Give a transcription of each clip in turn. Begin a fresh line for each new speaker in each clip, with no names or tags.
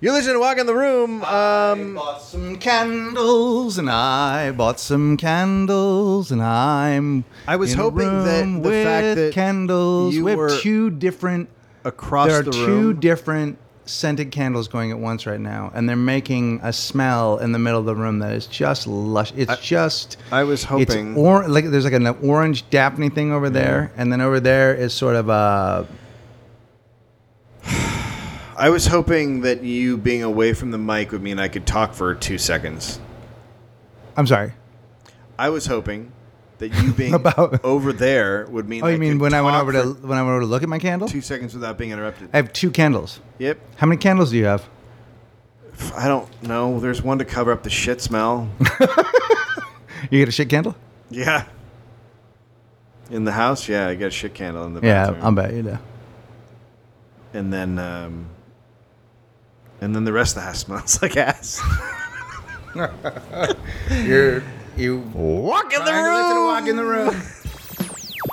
You're listening to Walk in the Room. Um,
I bought some candles and I bought some candles and I'm.
I was
in a
hoping that
room
the fact
with
that
candles
you
we have
were
two different.
across
there are
the
two
room.
different scented candles going at once right now, and they're making a smell in the middle of the room that is just lush. It's just.
I was hoping- Mm.
It's or, like there's like an orange Daphne thing over there, and then over there is sort of a.
I was hoping that you being away from the mic would mean I could talk for two seconds.
I'm sorry.
I was hoping that you being
About-
over there would mean.
Oh, you
I
mean
could
when I went
talk
over
for
to when I went over to look at my candle?
two seconds without being interrupted?
I have two candles.
yep.
How many candles do you have?
I don't know. There's one to cover up the shit smell.
You get a shit candle?
yeah. In the house, yeah, I got a shit candle in the
Yeah,
bathroom.
I'll bet you do.
and then um, and then the rest of the house smells like ass.
You're you
walk in the
Trying to listen to
room.
walk in the room.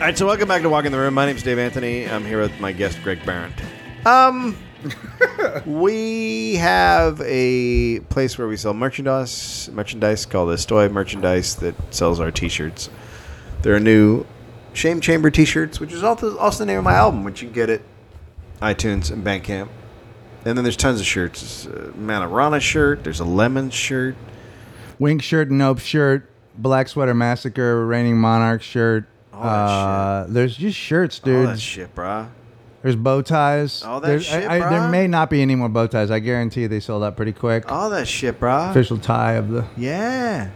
All right, so welcome back to Walk in the Room. My name's Dave Anthony. I'm here with my guest Greg Barron. Um, we have a place where we sell merchandise, merchandise called Estoy Merchandise that sells our T-shirts. There are new Shame Chamber T-shirts, which is also also the name of my album, which you can get at iTunes and Bandcamp. And then there's tons of shirts. There's a Manorana shirt. There's a lemon shirt.
Wink shirt, Nope shirt, Black Sweater Massacre, Reigning Monarch shirt.
All that
Uh, there's just shirts,
All
dude.
that shit, brah.
There's bow ties.
All that
There's-
shit,
I, I, There
bruh.
may not be any more bow ties. I guarantee they sold out pretty quick.
All that shit, brah.
Official tie of the
Yeah.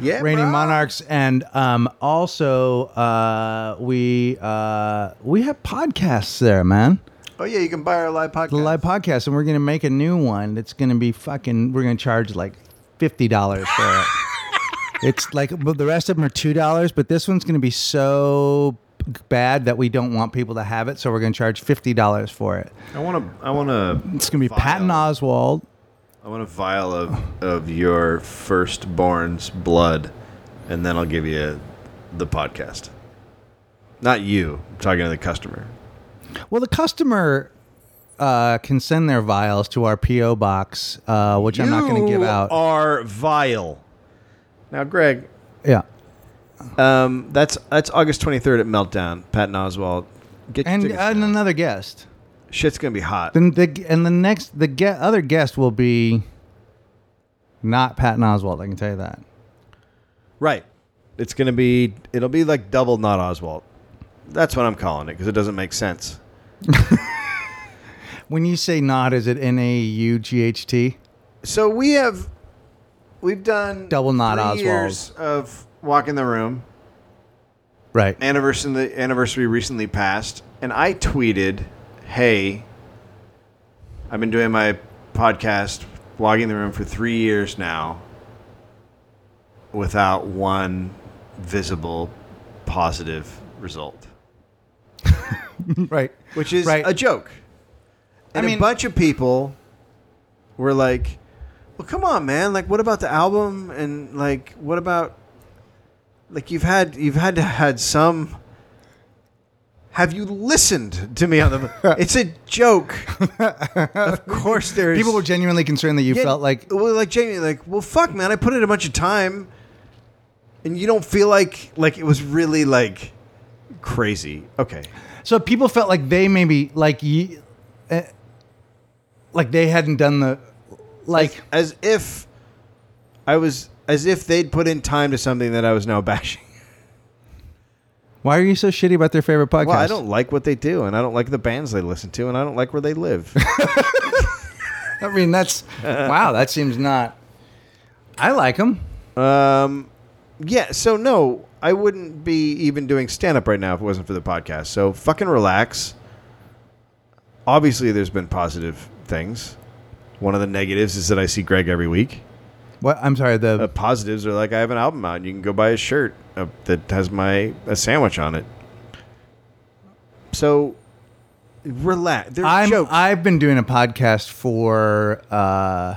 Yeah.
reigning
brah.
monarchs, and um, also uh, we uh, we have podcasts there, man.
Oh yeah, you can buy our live podcast.
the live podcast, and we're gonna make a new one that's gonna be fucking. We're gonna charge like fifty dollars for it. it's like but the rest of them are two dollars, but this one's gonna be so bad that we don't want people to have it, so we're gonna charge fifty dollars for it.
I want to. I want to.
It's gonna be Patton
Vile.
Oswald.
I want a vial of of your firstborn's blood, and then I'll give you the podcast. Not you. I'm talking to the customer.
Well, the customer. Uh, can send their vials to our PO box, uh, which I'm not going to give out.
Are vile. Now, Greg.
yeah,
Um, that's that's August 23rd at Meltdown. Patton Oswald. Get your
and, uh,
tickets
and
now.
another guest.
shit's gonna be hot.
Then the and the next the ge- other guest will be not Patton Oswald. I can tell you that.
Right. It's going to be, it'll be like double not Oswald. That's what I'm calling it because it doesn't make sense.
When you say not, is it N A U G H T?
So we have, we've done
Double not
three
Oswald.
years of Walk in the Room.
Right.
Anniversary, the anniversary recently passed, and I tweeted, hey, I've been doing my podcast, Walking the Room, for three years now without one visible positive result.
right.
which is
Right.
a joke. And
mean-
a bunch of people were like, "Well, come on, man! Like, what about the album? And like, what about like you've had you've had to had some." Have you listened to me on the? it's a joke. of course, there's
People were genuinely concerned that you
yeah,
felt like
well, like Jamie, like, well, fuck, man, I put in a bunch of time, and you don't feel like like it was really like crazy. Okay,
so. People felt like they maybe like you, eh, like they hadn't done the like.
as if I was as if they'd put in time to something that I was now bashing.
Why are you so shitty about their favorite podcast?
Well, I don't like what they do, and I don't like the bands they listen to, and I don't like where they live.
I mean, that's wow. That seems not. I like them.
um, yeah, so no, I wouldn't be even doing stand up right now if it wasn't for the podcast. So fucking relax. Obviously, there's been positive things. One of the negatives is that I see Greg every week.
What? I'm sorry. The
The uh, positives are like I have an album out, and you can go buy a shirt uh, that has my a sandwich on it. So relax. They're
I'm
jokes.
I've been doing a podcast for uh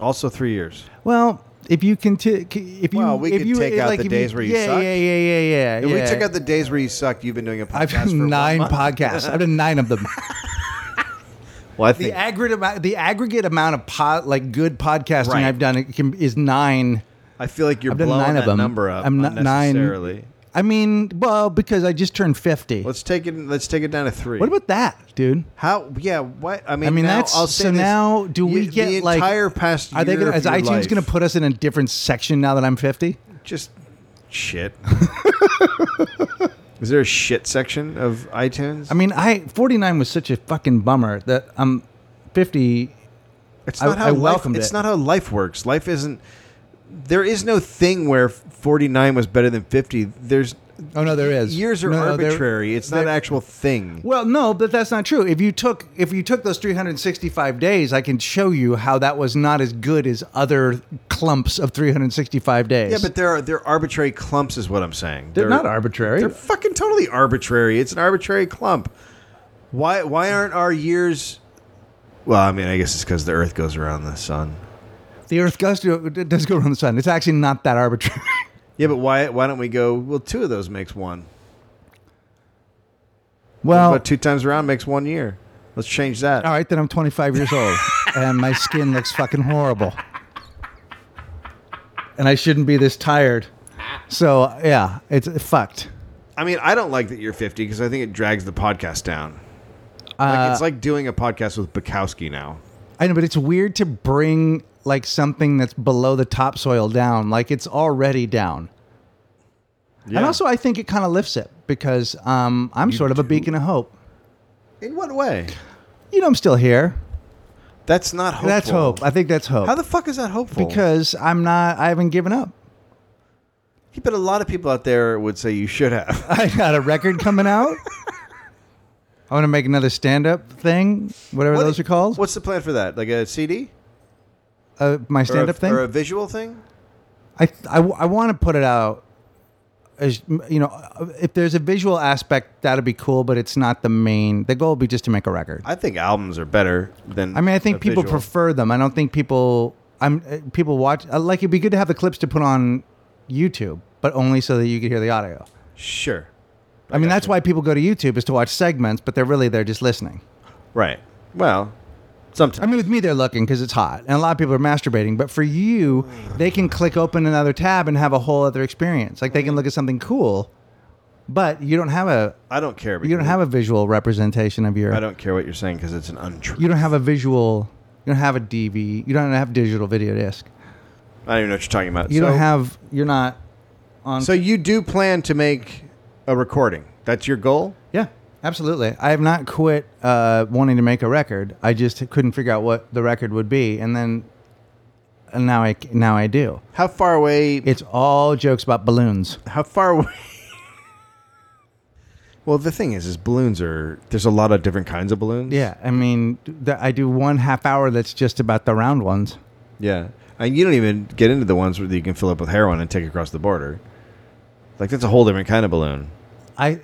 also three years.
well if you can t- c- if you
Well, we
if
could
you,
take
eh,
out
like,
the
if
days where you
yeah,
sucked.
yeah yeah yeah yeah
If
yeah
we took out the days where you sucked, you've been doing a podcast
I've
for one
done nine
month.
podcasts I've done nine of them
Well, I
the
think
aggregate amount the aggregate amount of pod like good podcasting
Right.
I've done it can, is nine
I feel like you're
I've done
blowing
nine
that
of them
number up
I'm not nine
unnecessarily.
I mean well because I just turned fifty
Let's take it. Let's take it down to three.
what about that dude
how? Yeah. What? I mean,
I mean,
now,
that's
I'll say
so
this.
now. Do we
You-
get
the
like
entire past?
Are they
year
gonna,
of
is
your
iTunes
life?
going to put us in a different section now that I'm fifty?
just shit? Is there a shit section of iTunes?
I mean, I 49 was such a fucking bummer that I'm 50.
it's
I-
not how
I
life,
welcomed
It's
it.
not how life works. Life isn't. There is no thing where forty nine was better than fifty. There's
Oh no, there is
years are
No, no, there-
arbitrary. It's not an
there-
actual thing.
Well, no, but that's not true. If you took if you took those 365 days, I can show you how that was not as good as other clumps of 365 days.
Yeah, but there are they're arbitrary clumps, is what I'm saying.
they're, not arbitrary.
They're fucking totally arbitrary. It's an arbitrary clump. Why why aren't our years? Well, I mean, I guess it's because the Earth goes around the sun.
the Earth goes to, does go around the sun. It's actually not that arbitrary.
Yeah, but why why don't we go? Well, two of those makes one.
well,
but two times around makes one year. Let's change that.
all right, then I'm 25 years old and my skin looks fucking horrible. And I shouldn't be this tired.
Ah.
So, yeah, it's fucked.
I mean, I don't like that you're 50 because I think it drags the podcast down. Like,
Uh,
it's like doing a podcast with Bukowski now.
I know, but it's weird to bring like something that's below the topsoil down. Like it's already down.
Yeah.
And also, I think it kind of lifts it because um, I'm sort of a beacon of hope.
in what way?
You know, I'm still here.
That's not hopeful.
That's hope. I think that's hope.
How the fuck is that hopeful?
because I'm not. I haven't given up.
but a lot of people out there would say you should have.
I got a record coming out. I want to make another stand-up thing, whatever
What-
those are called.
What's the plan for that? Like a CD?
Uh, my
Or a-
stand-up thing.
Or a visual thing?
I I, want to put it out as you know, if there's a visual aspect, that'd be cool, but it's not the main. The goal would be just to make a record. I,
I think albums are better than.
mean, I think
a
people
visual.
prefer them. I don't think people. I'm uh, people watch uh, like it'd be good to have the clips to put on YouTube, but only so that you could hear the audio.
Sure.
I, mean, that's why people go to YouTube is to watch segments, but they're really they're just listening.
Right. Well, sometimes.
I mean, with me, they're looking because it's hot, and a lot of people are masturbating. But for you, they can click open another tab and have a whole other experience. Like they can look at something cool, but you don't have a
I don't care.
you don't have a visual representation of your.
I don't care what you're saying because it's an untruth.
You don't have a visual. You don't have a DV. You don't have digital video disc.
I don't even know what you're talking about.
You
so,
don't have. You're not on.
So you do plan to make a recording. That's your goal.
yeah, absolutely. I have not quit uh, wanting to make a record. I just couldn't figure out what the record would be, and then and now I c- now I do.
How far away?
It's all jokes about balloons.
How far away? well, the thing is, is balloons are. There's a lot of different kinds of balloons.
Yeah, I mean, th- I do one half hour that's just about the round ones.
Yeah. And you don't even get into the ones where you can fill up with heroin and take across the border. Like that's a whole different kind of balloon.
I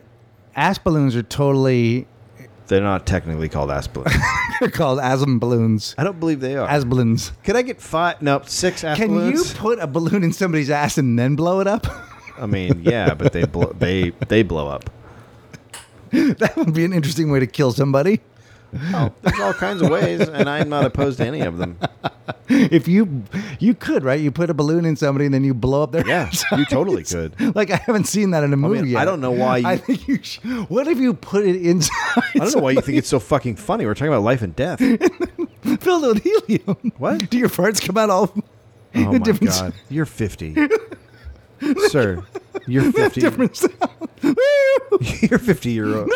ass balloons are totally
They're not technically called ass balloons.
they're called asm balloons.
I don't believe they are.
As balloons.
Could I get five? No, six ass
Can
balloons.
you put a balloon in somebody's ass and then blow it up?
I mean, yeah, but they blow. They they blow up.
that would be an interesting way to kill somebody.
Oh, there's all kinds of ways, and I'm not opposed to any of them.
If you you could, right? You put a balloon in somebody and then you blow up their
Yeah,
ass.
you totally could.
Like I haven't seen that in a movie
mean,
yet.
I don't know why
I
you-
think you. Sh- what if you put it inside?
I don't know why you think it's so fucking funny. We're talking about life and death. Oh,
filled with helium.
What?
Do your parts come out all?
Oh my
different
god, you're 50, sir. You're 50.
Different sound.
You're 50 year old.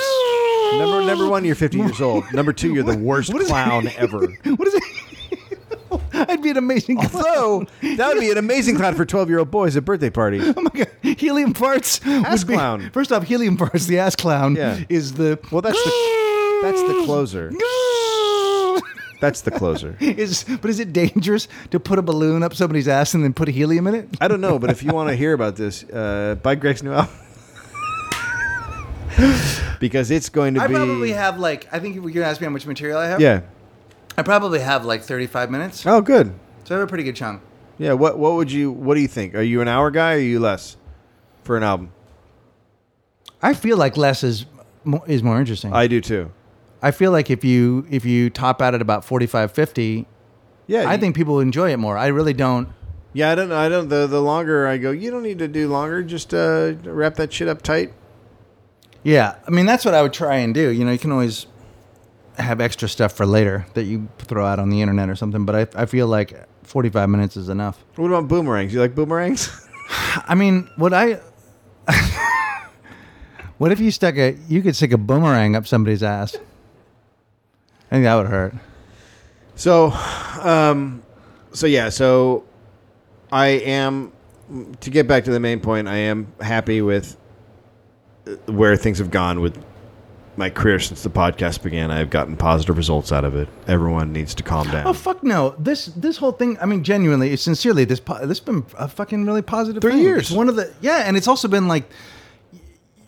Number number one, you're 50 years old. Number two, you're the worst
what is-
clown ever.
what is it? I'd be an amazing.
Although that would be an amazing clown for 12 year old boys at birthday parties.
Oh my god, helium farts.
Ass
would be-
clown.
First off, helium farts. The ass clown
Yeah.
is the
Well, that's the that's the closer. That's the closer.
Is but is it dangerous to put a balloon up somebody's ass and then put helium in it?
I don't know, but if you want to hear about this, uh, buy Greg's new album. because it's going to
I
be.
probably have like I think you're gonna ask me how much material I have.
Yeah.
I probably have like 35 minutes, so
Oh, good.
I have a pretty good chunk.
Yeah. What What would you What do you think? Are you an hour guy? or Are you less for an album?
I feel like less is more, is more interesting. I,
I do too.
feel like if you if you top out at about 45, 50,
Yeah.
I
you-
think people enjoy it more. I really don't.
Yeah, I don't. I don't. The the longer I go, you don't need to do longer. Just uh, wrap that shit up tight.
Yeah, I mean that's what I would try and do. You know, you can always have extra stuff for later that you throw out on the internet or something. But I I feel like 45 minutes is enough.
What about boomerangs? You like boomerangs?
I mean, what I. what if you stuck a you could stick a boomerang up somebody's ass? I think that would hurt.
so, um, so yeah. So, I am to get back to the main point. I am happy with uh, where things have gone with my career since the podcast began. I've gotten positive results out of it. Everyone needs to calm down.
Oh fuck no! This this whole thing. I mean, genuinely, sincerely, this po- this been a fucking really positive.
Three
thing.
years.
It's one of the yeah, and it's also been like,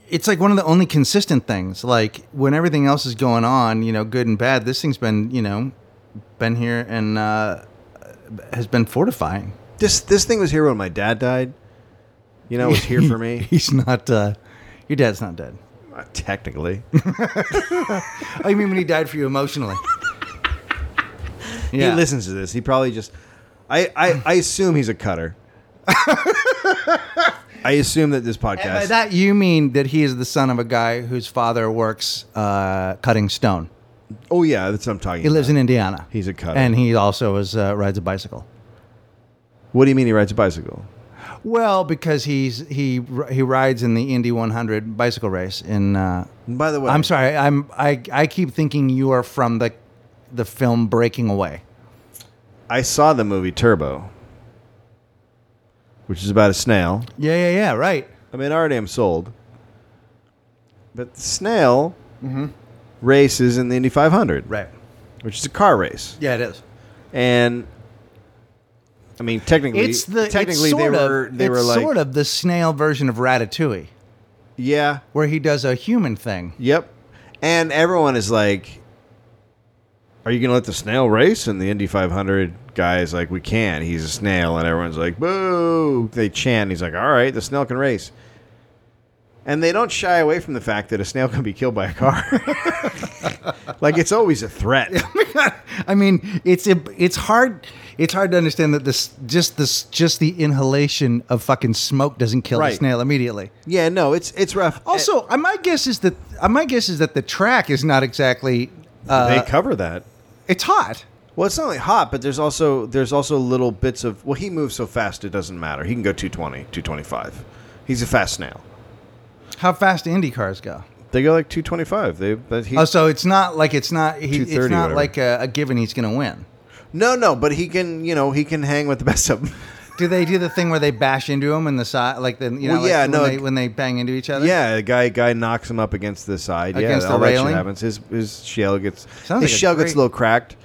it's like one of the only consistent things. Like when everything else is going on, you know, good and bad. This thing's been you know, been here and uh, has been fortifying.
this this thing was here when my dad died. You know, it was here for me
He's not. Uh, your dad's not dead.
technically.
Oh, you mean when he died for you emotionally?
He listens to this. He probably just. I, I, I assume he's a cutter. I assume that this
And by
podcast.
that you mean that he is the son of a guy whose father works uh, cutting stone.
oh yeah, that's what I'm talking.
He lives
about.
in Indiana.
He's a cutter.
and he also is uh, rides a bicycle.
What do you mean he rides a bicycle?
Well, because he's he r- he rides in the Indy 100 bicycle race in. Uh,
And by the way,
I'm sorry, I'm I I keep thinking you are from the the film Breaking Away.
I saw the movie Turbo, which is about a snail.
Yeah, yeah, yeah. Right.
I mean, already I'm sold. But the snail
Mm-hmm.
races in the Indy 500,
Right.
which is a car race,
Yeah, it is.
and I mean, technically,
It's the it's
technically they
sort of-
were they
it's
were like
sort of the snail version of Ratatouille,
yeah.
where he does a human thing.
Yep. And everyone is like, are you going to let the snail race? And the Indy 500 guy is like, we can't. He's a snail. And everyone's like, boo. They chant. He's like, all right, the snail can race. And they don't shy away from the fact that a snail can be killed by a car. like, it's always a threat.
I mean, it's it's hard it's hard to understand that this just this just the inhalation of fucking smoke doesn't kill
Right.
the snail immediately.
yeah, no, it's it's rough.
Also, I my guess is that I my guess is that the track is not exactly uh,
they cover that.
it's hot.
Well, it's not only hot, but there's also there's also little bits of well, he moves so fast it doesn't matter. He can go 220, 225. He's a fast snail.
How fast Indy cars go?
They go like 225. They but he
Oh, so it's not like it's not he, it's
230
not
whatever.
like a, a given he's going to win.
No, no, but he can, you know, he can hang with the best of them.
Do they do the thing where they bash into him and the side like the you know
Well,
like
yeah,
when,
no,
they,
it-
when they bang into each other?
yeah, a guy guy knocks him up against the side.
Against
yeah,
the
all that
railing?
shit happens. His his shell gets his
Sounds like a
shell gets
great-
a little cracked.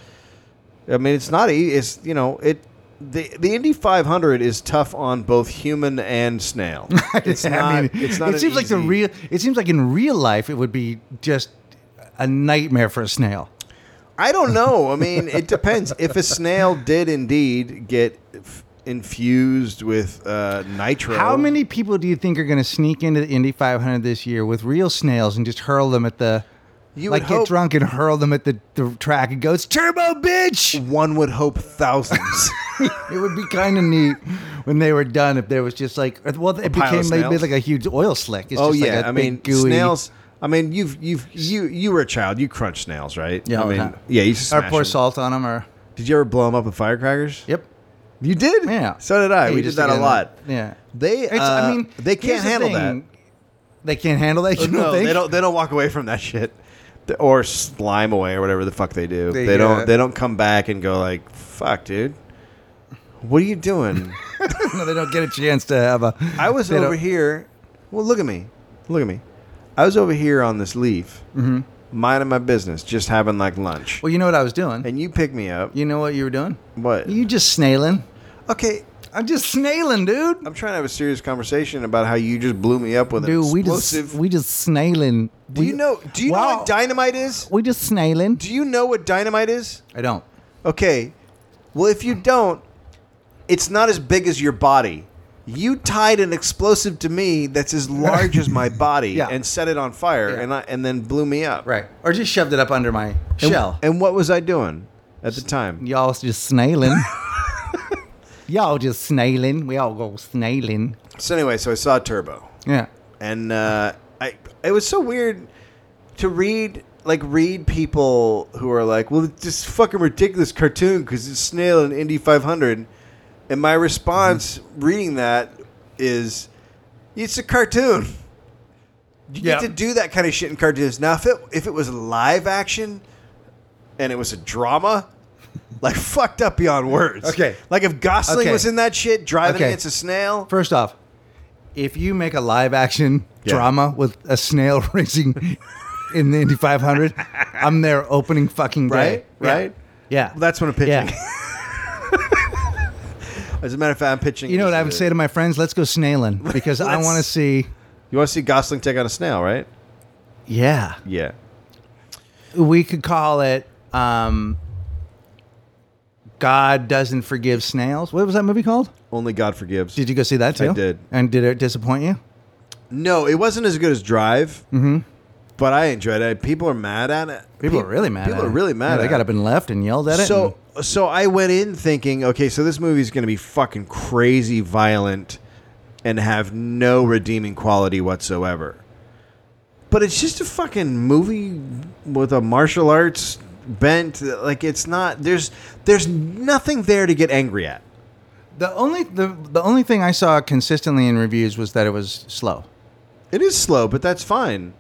I mean, it's not e- it's you know, it the the Indy 500 is tough on both human and snail. It's
I
not
mean,
it's not
it
an
seems like the
easy-
real. It seems like in real life, it would be just a nightmare for a snail.
I don't know. I mean, it depends. If a snail did indeed get f- infused with uh, nitro,
How many people do you think are going to sneak into the Indy 500 this year with real snails and just hurl them at the?
You
like
would
get
hope-
drunk and hurl them at the, the track and go, "It's turbo, bitch!"
One would hope thousands.
it would be kind of neat when they were done if there was just like,
pile
well, it
of
became they
snails?
made like a huge oil slick. It's
oh
just
yeah,
like a
I
big
mean
gooey,
snails. I mean you've you've you you were a child. You crunched snails, right?
Yeah,
I
all the
mean
time.
yeah. You used to
or
smash
pour
them.
salt on them, or
Did you ever blow them up with firecrackers?
yep,
you did.
yeah.
So did I.
Yeah,
we
you
did
just
that a
again,
lot.
Yeah,
They
It's, I mean,
Uh, they
here's
can't
the
handle that. Uh,
thing. They can't handle that. You
no,
don't think?
they don't. They don't walk away from that shit, Th- or slime away, or whatever the fuck they do. They,
They,
don't.
uh,
They don't come back and go like, "Fuck, dude, what are you doing?"
no, they don't get a chance to have a.
I was
they
over
don't-
here. Well, look at me. Look at me. I was over here on this leaf, minding my business, just having like lunch.
Mm-hmm. Well, you know what I was doing.
And you pick me up.
You know what you were doing?
What?
You just snailing.
Okay,
I'm just snailing, dude.
I'm trying to have a serious conversation about how you just blew me up with an
Dude, we
explosive.
just we just snailing.
do you know? Do you know what dynamite is?
We just snailing.
Do you know what dynamite is?
I don't.
Okay. Well, if you don't, it's not as big as your body. You tied an explosive to me that's as large as my body
Yeah.
and set it on fire
Yeah.
and I, and then blew me up.
Right. Or just shoved it up under my
And,
shell.
And what was I doing at the time?
Y'all just snailing. Y'all just snailing. We all go snailing.
So anyway, so I saw Turbo.
Yeah.
and uh, I it was so weird to read like read people who are like, well, it's this fucking ridiculous cartoon because it's snail and Indy 500, and my response reading that is, it's a cartoon. You
Yeah.
get to do that kind of shit in cartoons. Now, if it if it was live action, and it was a drama. Like fucked up beyond words.
Okay.
Like if Gosling
Okay.
was in that shit driving
Okay.
against a snail.
First off, if you make a live action
Yeah.
drama with a snail racing in the Indy 500, I'm there opening fucking day.
Right?
Yeah.
Right?
Yeah.
Well, that's when I'm pitching.
Yeah.
As a matter of fact, I'm pitching.
You know what I
is,
would
uh,
say to my friends? Let's go snailing because I
Let's-
want to see.
You want to see Gosling take out a snail, right?
Yeah.
Yeah.
We could call it um, God Doesn't Forgive Snails. What was that movie called?
Only God forgives.
Did you go see that
I
too?
did.
And did it disappoint you?
no, it wasn't as good as Drive. Mm-hmm. But I enjoyed it. People are mad at it.
People
Pe-
are really mad.
People
at
are
it.
really mad.
Yeah, they
at it.
got up and left and yelled at it.
So so I went in thinking, okay, so this movie's going to be fucking crazy violent and have no redeeming quality whatsoever. But it's just a fucking movie with a martial arts bent like it's not there's there's nothing there to get angry at.
and the only the, the only thing I saw consistently in reviews was that it was slow.
It is slow, but that's fine.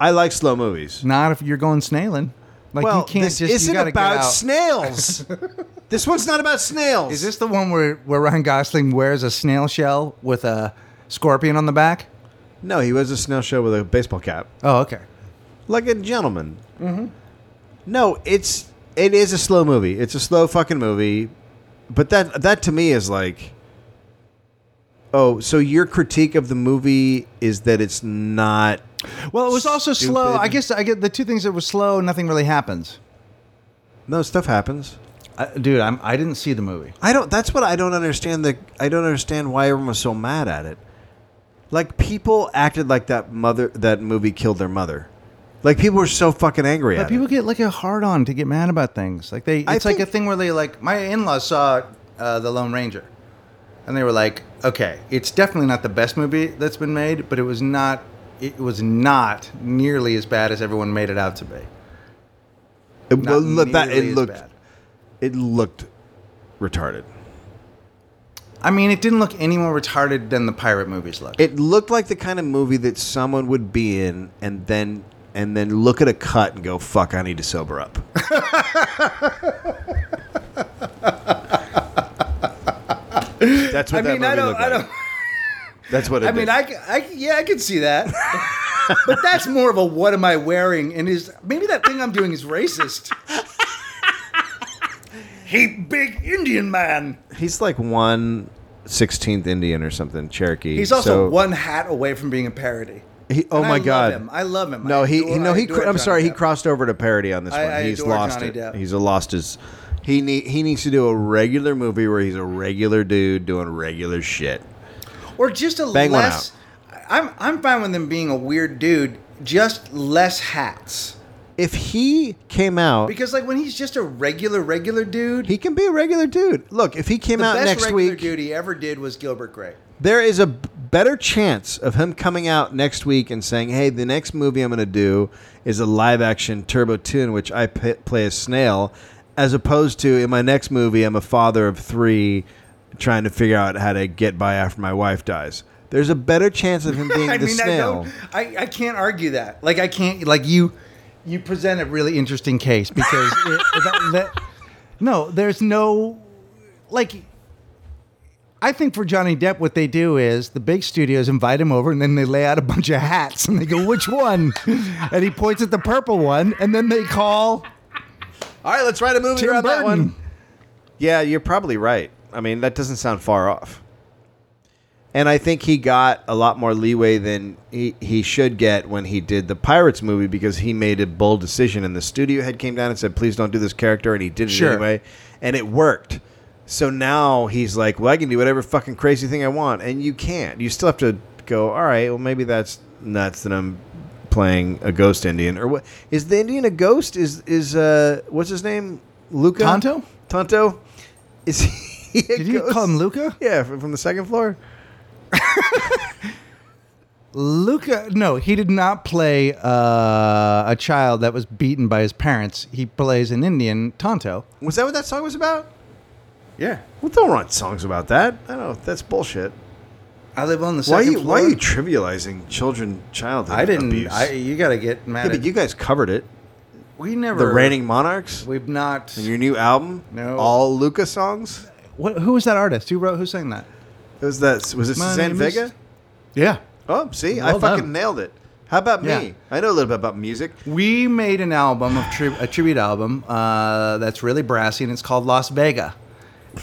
I like slow movies.
Not if you're going snailing. Like
well,
you can't
this
just you
isn't
gotta get
about
out.
snails. this one's not about snails.
Is this the one where where Ryan Gosling wears a snail shell with a scorpion on the back?
No, he was a snail show with a baseball cap.
Oh, okay.
like a gentleman.
Mm-hmm.
No, it's it is a slow movie. It's a slow fucking movie, but that that to me is like, oh, so your critique of the movie is that it's not.
Well, it was also slow.
Stupid.
I guess I get the two things that were slow. Nothing really happens.
No, stuff happens.
Uh, dude, I'm, I didn't see the movie.
I don't. That's what I don't understand. The I don't understand why everyone was so mad at it. Like people acted like that mother that movie killed their mother. Like people were so fucking angry at
But people
it.
get like a hard on to get mad about things. Like they,
I
it's like
think-
a thing where they like my in-laws saw uh, the Lone Ranger, and they were like, okay, it's definitely not the best movie that's been made, but it was not, it was not nearly as bad as everyone made it out to be.
It,
Not
look, that,
nearly
it
as
looked
bad.
it looked retarded.
I mean, it didn't look any more retarded than the pirate movies look.
It looked like the kind of movie that someone would be in and then and then look at a cut and go, "Fuck, I need to sober up." That's what that movie looked like. That's what it
I mean,
did.
I, c- I c- yeah, I can see that. but that's more of a what am I wearing? And is maybe that thing I'm doing is racist? hey, big Indian man.
he's like one sixteenth Indian or something, Cherokee.
He's also
so-
one hat away from being a parody.
He, oh
And
my
I
god!
Love him. I love him.
No,
I
he,
adore-
he no
I
he.
adore
cr- I'm
Johnny
sorry, he
Depp.
crossed over to parody on this
I-
one.
I
he's
adore
lost
Johnny
it.
Depp.
He's lost his. He need he needs to do a regular movie where he's a regular dude doing regular shit.
or just a
Bang one
less. I'm I'm fine with him being a weird dude. Just less hats.
If he came out,
Because like when he's just a regular regular dude,
he can be a regular dude. Look, if he came
the
out
best
next
regular
week,
dude he ever did was Gilbert Gray.
there is a b- better chance of him coming out next week and saying, "Hey, the next movie I'm going to do is a live action Turbo Tune, which I p- play a snail," as opposed to in my next movie, I'm a father of three, trying to figure out how to get by after my wife dies. There's a better chance of him being the snail.
I don't. I, I can't argue that. Like I can't. Like you, you present a really interesting case because it, that, that, no, there's no like. I think for Johnny Depp, what they do is the big studios invite him over, and then they lay out a bunch of hats, and they go, "Which one?" and he points at the purple one, and then they call
All right, let's write a movie
Tim
around that
Burton.
one. Yeah, you're probably right. I mean, that doesn't sound far off. And I think he got a lot more leeway than he, he should get when he did the Pirates movie because he made a bold decision and the studio head came down and said, please don't do this character. And he did it
Sure.
anyway. And it worked. So now he's like, well, I can do whatever fucking crazy thing I want. And you can't. You still have to go, all right, well, maybe that's nuts that I'm playing a ghost Indian. Or what? Is the Indian a ghost? Is, is uh, what's his name? Luca?
Tonto?
Tonto? Is he a
Did you
ghost?
call him Luca?
Yeah, from, from the second floor.
Luca, no, he did not play uh, a child that was beaten by his parents. He plays an Indian, Tonto.
Was that what that song was about?
Yeah.
Well, don't write songs about that. I know that's bullshit.
I live on the
Why are
second
you
floor.
Why are you trivializing children childhood?
I didn't.
Abuse?
I, you got to get mad
yeah,
at
but you guys covered it.
We never.
The reigning monarchs.
We've not.
And your new album.
No.
All Luca songs.
What, who was that artist? Who wrote? Who sang that?
It was that. Was it
My
Suzanne
name is-
Vega?
Yeah.
Oh, see, I
Well
fucking
done.
nailed it. How about
Yeah.
me? I know a little bit about music.
We made an album of tri- a tribute album uh, that's really brassy, and it's called Las Vega.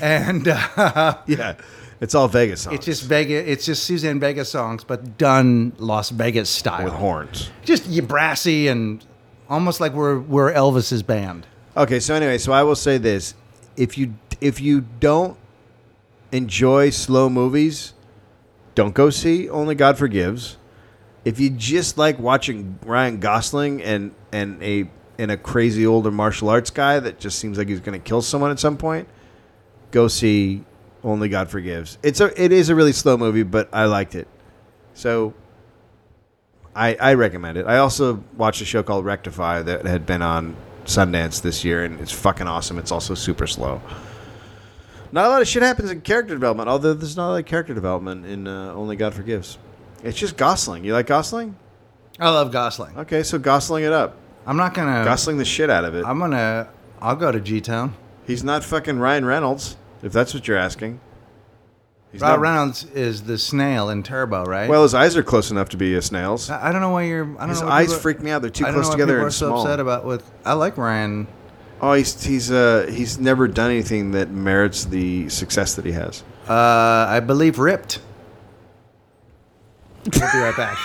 And uh,
Yeah, it's all Vegas songs.
it's just Vega. It's just Suzanne Vega songs, but done Las Vegas style.
with horns.
just you brassy and almost like we're we're Elvis's band.
Okay, so anyway, so I will say this: if you if you don't enjoy slow movies, don't go see Only God Forgives. If you just like watching Ryan Gosling and and a and a crazy older martial arts guy that just seems like he's going to kill someone at some point, go see Only God Forgives. It's a it is a really slow movie, but I liked it. So I, I recommend it. I also watched a show called Rectify that had been on Sundance this year, and it's fucking awesome. It's also super slow. Not a lot of shit happens in character development, although there's not a lot of character development in uh, Only God Forgives. It's just Gosling. You like Gosling?
I love Gosling.
Okay, so Gosling it up.
I'm not gonna.
Gosling the shit out of it.
I'm gonna. I'll go to G Town.
He's not fucking Ryan Reynolds, if that's what you're asking. He's not-
Rob Reynolds is the snail in Turbo, right?
Well, his eyes are close enough to be a snail's.
I I don't know why you're. I don't
His
know what
eyes
people-
freak me out. They're too
I don't
close
know why
together
people
and
are so
small.
upset about with. I like Ryan.
Oh, he's he's uh he's never done anything that merits the success that he has.
Uh, I believe ripped. We'll be right back.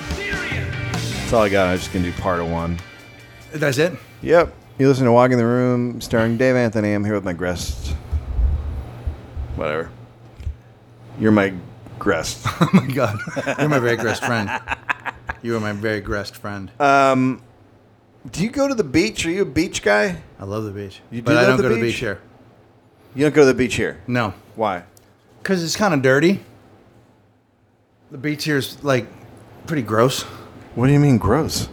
That's all I got. I'm just gonna do part of one.
That's it.
Yep. You listen to Walk in the Room, starring Dave Anthony. I'm here with my guest. Whatever. You're my guest.
Oh my god, you're my very grest friend. You are my very grest friend.
um, do you go to the beach? Are you a beach guy?
I love the beach,
You do
but I
love
don't
the
go to the
beach?
beach here.
You don't go to the beach here.
No,
Why?
Because it's kind of dirty. The beach here's like pretty gross.
What do you mean gross?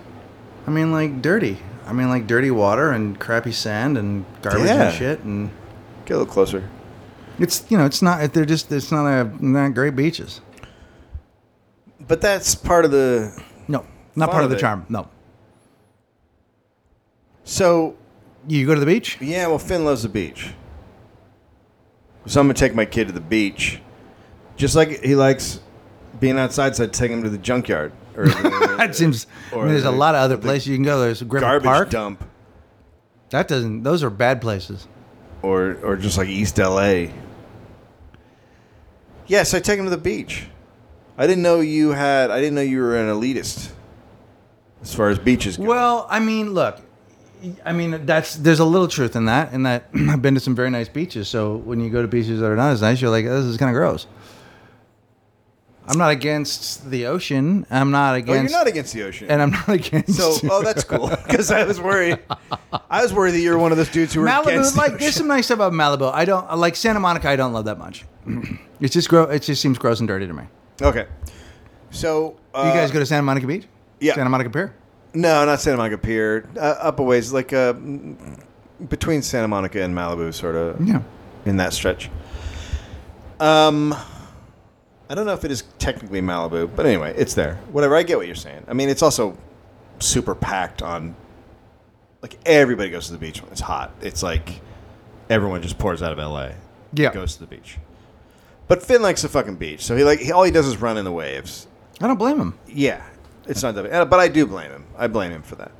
I mean, like dirty. I mean, like dirty water and crappy sand and garbage
Yeah.
and shit. And
Get a little closer.
it's you know, it's not. They're just. It's not a not great beaches.
But that's part of the
No, not
Fun
part
of
of the
it.
charm. No.
so
You go to the beach.
Yeah, well, Finn loves the beach. So I'm going to take my kid to the beach. Just like he likes being outside, so I take him to the junkyard. Or the
That seems. I mean, there's
the-
a lot of other places you can go. There's Griffith
garbage
Park.
dump.
That doesn't. Those are bad places.
Or, or just like East LA. Yeah, so I take him to the beach. I didn't know you had, I didn't know you were an elitist as far as beaches go.
Well, I mean, look, I mean that's there's a little truth in that. In that I've been to some very nice beaches, so when you go to beaches that are not as nice, you're like, this is kind of gross. I'm not against the ocean. I'm not
oh, you're
against.
not against the ocean.
and I'm not against.
so, oh, that's cool. Because I was worried. I was worried that you were one of those dudes who were against
Malibu,
the
like there's some nice stuff about Malibu. I don't uh, like Santa Monica. I don't love that much. it's just grow. It just seems gross and dirty to me.
Okay. So uh,
you guys go to Santa Monica Beach?
yeah.
Santa Monica Pier?
No, not Santa Monica Pier. Uh, up a ways, like uh, mm, between Santa Monica and Malibu, sort of
Yeah.
in that stretch. Um, I don't know if it is technically Malibu, but anyway, it's there. Whatever. I get what you're saying. I mean, it's also super packed on. Like everybody goes to the beach when it's hot. It's like everyone just pours out of L.A.
Yeah.
goes to the beach. But Finn likes the fucking beach, so he like he, all he does is run in the waves.
I don't blame him.
Yeah, it's not that. bad. But I do blame him. I blame him for that.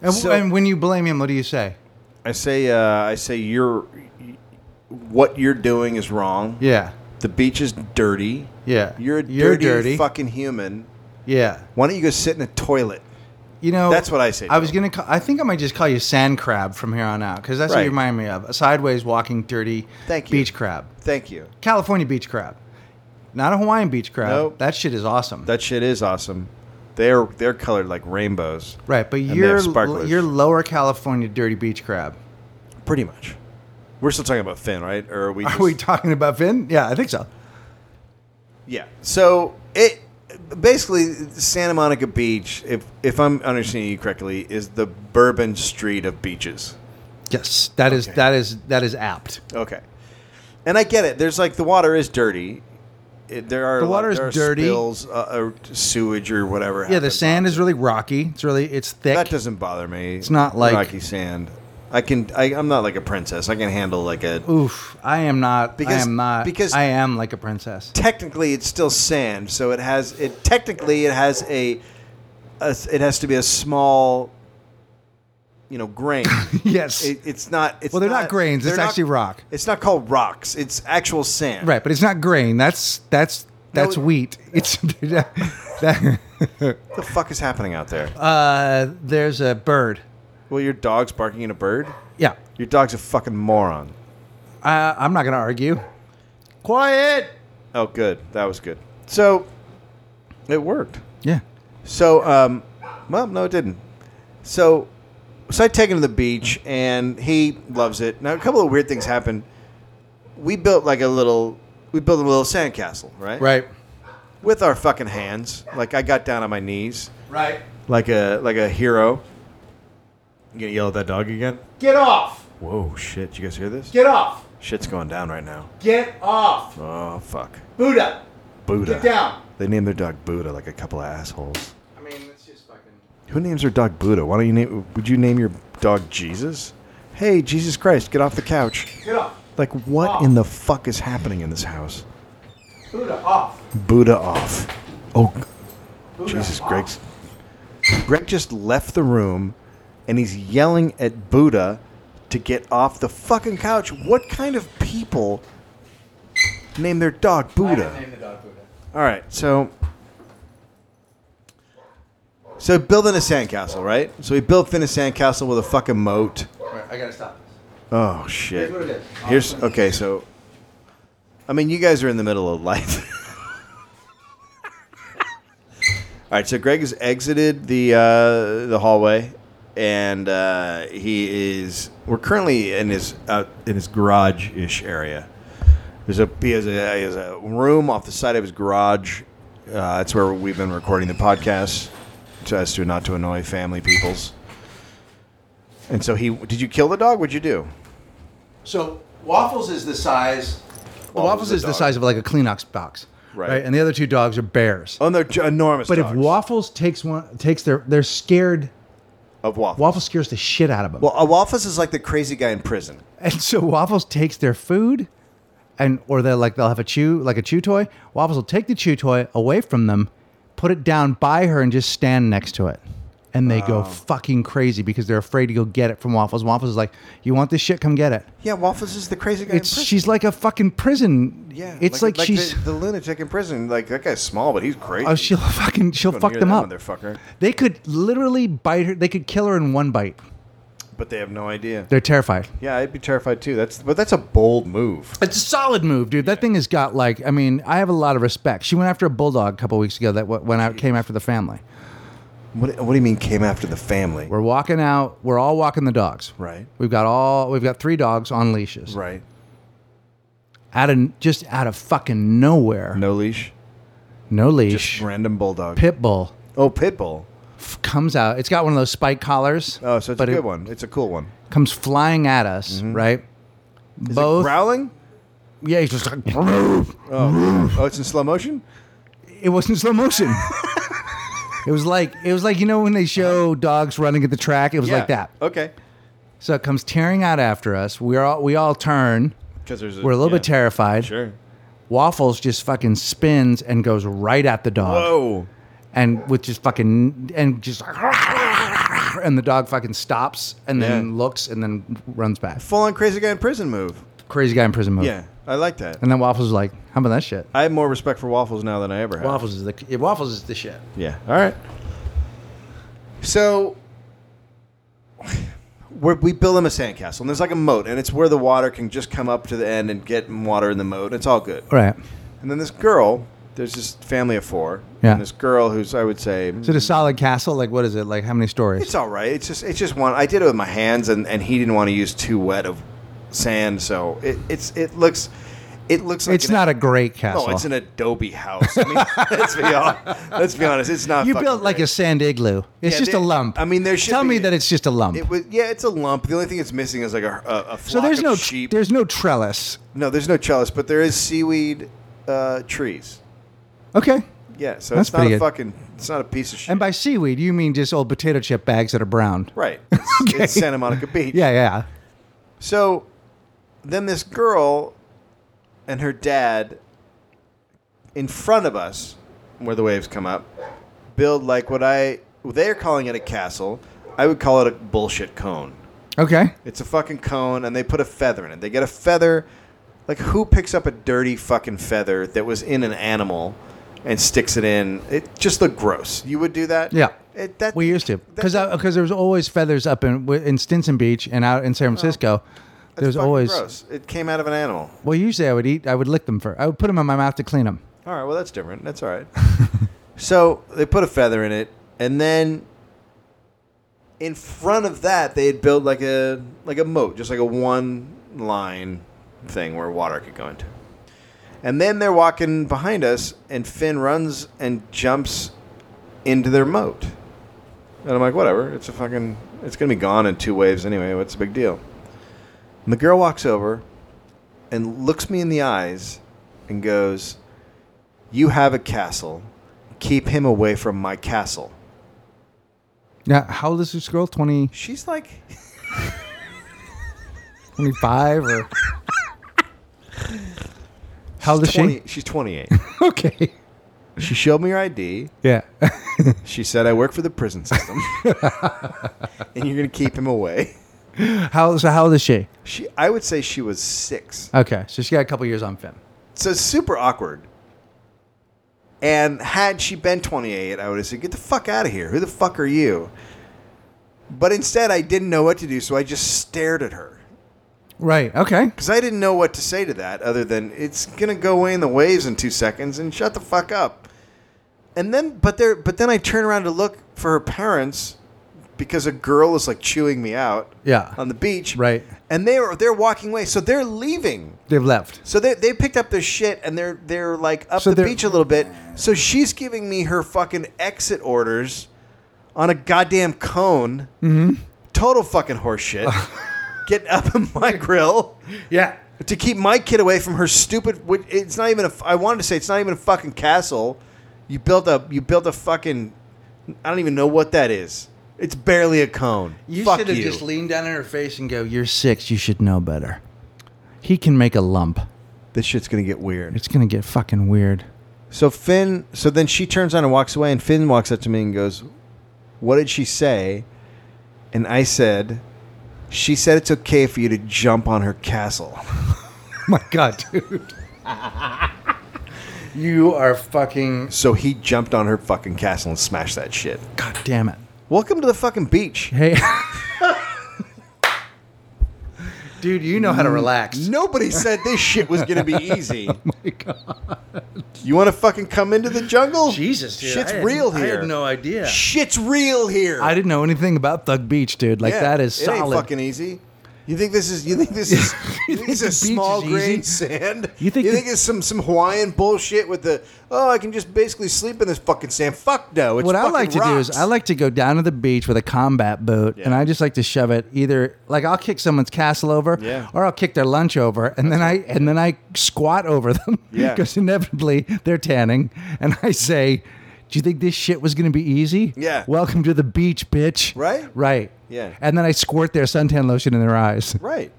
And,
So-
and when you blame him, what do you say?
I say, uh, I say, you're what you're doing is wrong.
Yeah.
The beach is dirty.
Yeah.
You're a
You're
dirty,
dirty.
fucking human.
Yeah.
Why don't you go sit in a toilet?
You know,
That's what I say to
I was
him.
gonna. Call, I think I might just call you sand crab from here on out because that's what
Right.
you remind me of. A sideways walking, dirty
Thank you.
beach crab,
Thank you.
California beach crab, not a Hawaiian beach crab.
Nope.
That shit is awesome.
That shit is awesome. They're they're colored like rainbows,
right, but
And they
you're
have sparklers.
you're lower California dirty beach crab.
pretty much. We're still talking about Finn, right? Or are we? Just,
Are we talking about Finn? Yeah, I think so.
yeah. So it basically Santa Monica Beach, if if I'm understanding you correctly, is the Bourbon Street of beaches.
Yes, that is
Okay.
that is that is apt.
Okay. And I get it. There's like the water is dirty. It, there are
The
like,
water is
there are
dirty.
spills, uh, or sewage or whatever.
Yeah, the
happens.
sand is really rocky. It's really it's thick.
that doesn't bother me. It's
not like-
rocky sand. I can. I, I'm not like a princess. I can handle like a.
Oof, I am not. I
Because-
am not.
because-
I am like a princess.
Technically, it's still sand, so it has it. Technically, it has a, a it has to be a small, you know, grain.
yes.
it, it's not. It's
well, they're not, grains. It's
they're not-
actually rock.
It's not called rocks. It's actual sand.
Right, but it's not grain. That's that's that's
it-
wheat. It's that,
What the fuck is happening out there?
uh, there's a bird.
Well, your dog's barking at a bird.
Yeah,
Your dog's a fucking moron.
uh, I'm not gonna argue. Quiet.
Oh, good. That was good. So it worked.
Yeah.
So, um, well, no, it didn't. So, so I take him to the beach, and he loves it. Now, a couple of weird things happened. We built like a little, we built a little sandcastle, right?
Right.
With our fucking hands. Like I got down on my knees,
Right.
like a like a hero. You gonna yell at that dog again?
Get off.
Whoa, shit! You guys hear this?
Get off.
Shit's going down right now.
Get off.
Oh fuck.
Buddha.
Buddha.
down.
They named their dog Buddha like a couple of assholes.
I mean, it's just fucking.
Who names their dog Buddha? Why don't you name? Would you name your dog Jesus? Hey, Jesus Christ, get off the couch!
Get off.
Like, what
Off.
in the fuck is happening in this house?
Buddha off.
Buddha off. Oh, g- Jesus, Greg's. Greg just left the room, and he's yelling at Buddha to get off the fucking couch. What kind of people name their dog Buddha?
the dog Buddha.
All right, so so building a sandcastle, right? So we built Finn a sandcastle with a fucking moat.
Right, I gotta stop this.
Oh shit!
Here's what it is.
Here's okay. So, I mean, you guys are in the middle of life. All right, so Greg has exited the uh, the hallway, and uh, he is. We're currently in his out in his garage ish area. There's a he has a, he has a room off the side of his garage. Uh, that's where we've been recording the podcast, so as to not to annoy family peoples. And so he did. You kill the dog? What'd you do?
So waffles is the size. Waffles,
Waffles
waffles
the
is the
dog.
size of like a Kleenex box.
Right.
And the other two dogs are bears.
Oh, they're gi- enormous.
But if
dogs.
Waffles takes one, takes their, they're scared.
of waffles,
Waffles scares the shit out of them.
well, a waffles is like the crazy guy in prison.
and so Waffles takes their food, and or they're like they'll have a chew like a chew toy. Waffles will take the chew toy away from them, put it down by her, and just stand next to it. And they go fucking crazy because they're afraid to go get it from Waffles. Waffles is like, "You want this shit? Come get it."
Yeah, waffles is the crazy guy. in
It's
prison.
she's like a fucking prison.
yeah.
It's like, she's
the, the lunatic in prison. Like that guy's small, but he's crazy.
oh she'll fucking she'll
Don't
fuck
hear
them
that
up.
motherfucker.
They could literally bite her. They could kill her in one bite.
But they have no idea.
They're terrified.
yeah, I'd be terrified too. That's but that's a bold move.
It's a solid move, dude. That thing has got like, I mean, I have a lot of respect. She went after a bulldog a couple weeks ago that w- when I came after the family.
What, what do you mean? Came after the family?
We're walking out. We're all walking the dogs.
Right.
We've got all we've got three dogs on leashes.
Right.
Out of just out of fucking nowhere.
No leash.
no
Just
leash,
random bulldog.
pit bull
oh, pit bull.
f- comes out. It's got one of those spike collars.
Oh, so it's
but
a good
it
one. It's a cool one.
Comes flying at us, right?
Is it
Both,
growling?
yeah. He's just like
Oh, oh, it's in slow motion.
it wasn't slow motion. it was like it was like you know when they show dogs running at the track. It was like that.
Okay.
So it comes tearing out after us. We are all, we all turn.
Because there's
We're a little bit terrified.
Sure.
Waffles just fucking spins and goes right at the dog.
Whoa.
and with just fucking and just and the dog fucking stops and then
Yeah.
looks and then runs back.
Full on crazy guy in prison move.
Crazy guy in prison mode.
Yeah, I like that.
And then Waffles was like, "How about that shit?"
I have more respect for waffles now than I ever had.
Waffles is the yeah, Waffles is the shit.
Yeah. All right. So we're, we build him a sandcastle, and there's like a moat, and it's where the water can just come up to the end and get in water in the moat. It's all good.
Right.
And then this girl, there's this family of four,
Yeah.
and this girl who's I would say
Is it a solid castle? Like what is it? Like how many
it's
stories?
all right. It's just it's just one. I did it with my hands, and, and he didn't want to use too wet of sand, so it, it's it looks it looks like
It's not a great castle.
no, Oh, it's an adobe house. I mean, let's be hon- let's be honest, it's not.
you
fucking
built like
great.
a sand igloo. It's
Yeah,
just
they-
a lump.
I mean, there should
tell me
be-
that it's just a lump.
It was yeah, it's a lump. The only thing it's missing is like a a, a flock
so there's
of
no tr-
sheep.
there's no trellis.
no, there's no trellis, but there is seaweed uh, trees.
Okay.
Yeah, so
That's
it's not a
pretty good.
fucking it's not a piece of shit.
And by seaweed, you mean just old potato chip bags that are brown.
right, it's,
Okay.
it's Santa Monica Beach.
Yeah, yeah.
So then this girl and her dad in front of us, where the waves come up, build like what I they're calling it a castle. I would call it a bullshit cone.
Okay.
It's a fucking cone, and they put a feather in it. They get a feather. Like, who picks up a dirty fucking feather that was in an animal and sticks it in? It just looked gross. You would do that?
Yeah.
It, that,
We used to
that-
because because uh, there was always feathers up in wi- in Stinson Beach and out in San Francisco.
Oh. that's
There's
fucking
always
gross. It came out of an animal.
well. Usually, I would eat. I would lick them for. I would put them in my mouth to clean them.
All right, well, that's different. That's all right. so they put a feather in it, and then in front of that, they had built like a like a moat, just like a one line thing where water could go into. And then they're walking behind us, and Finn runs and jumps into their moat. And I'm like, whatever. It's a fucking. It's gonna be gone in two waves anyway. What's the big deal? And the girl walks over, and looks me in the eyes, and goes, you have a castle. Keep him away from my castle.
Now, how old is this girl? 20,
She's like,
25 or how old is she?
20 She's 28.
Okay.
she showed me her ID.
Yeah.
She said, I work for the prison system. and you're going to keep him away.
how so? How old is she?
She, I would say she was six.
Okay, so she got a couple years on film.
So it's super awkward. And had she been 28, I would have said, Get the fuck out of here. Who the fuck are you? But instead, I didn't know what to do, so I just stared at her.
Right. Okay.
Because I didn't know what to say to that other than it's gonna go away in the waves in two seconds and shut the fuck up. And then, but there, but then I turn around to look for her parents because a girl is like chewing me out
Yeah.
on the beach,
Right.
And they're they're walking away, so they're leaving.
They've left.
So they they picked up their shit and they're they're like up
So
the
they're-
beach a little bit. So she's giving me her fucking exit orders on a goddamn cone. Mm-hmm. Total fucking horseshit. Get up in my grill
Yeah.
to keep my kid away from her stupid. which- It's not even a. I wanted to say it's not even a fucking castle. You built a. You built a fucking. I don't even know what that is. It's barely a cone.
You
Fuck
should have
you.
just leaned down in her face and go, "You're six. You should know better." He can make a lump.
this shit's gonna get weird.
It's gonna get fucking weird.
So Finn. So then she turns on and walks away, and Finn walks up to me and goes, "What did she say?" And I said, "She said it's okay for you to jump on her castle."
My God, dude. you are fucking.
So he jumped on her fucking castle and smashed that shit.
God damn it.
Welcome to the fucking beach.
Hey. dude, you know how to relax.
Nobody said this shit was gonna be easy.
My God.
You want to fucking come into the jungle?
Jesus, dude.
shit's
I had-
real
I
here.
had no idea.
Shit's real here.
I didn't know anything about Thug Beach, dude. Like,
Yeah,
that is
it
solid.
Ain't fucking easy. You think this is? You think this is? you think this
the
is
beach
small
is easy?
grain sand?
You think
You
the-
think it's some some Hawaiian bullshit with the? Oh, I can just basically sleep in this fucking sand. Fuck no. It's
what I
fucking
like to do is
rocks.
I like to go down to the beach with a combat boot, and I just like to shove it either like I'll kick someone's castle over,
Yeah.
or I'll kick their lunch over, and then I and then I squat over them
Yeah.
because inevitably they're tanning, and I say, "Do you think this shit was going to be easy?
Yeah.
welcome to the beach, bitch.
Right?
right.
Yeah.
and then I squirt their suntan lotion in their eyes.
Right.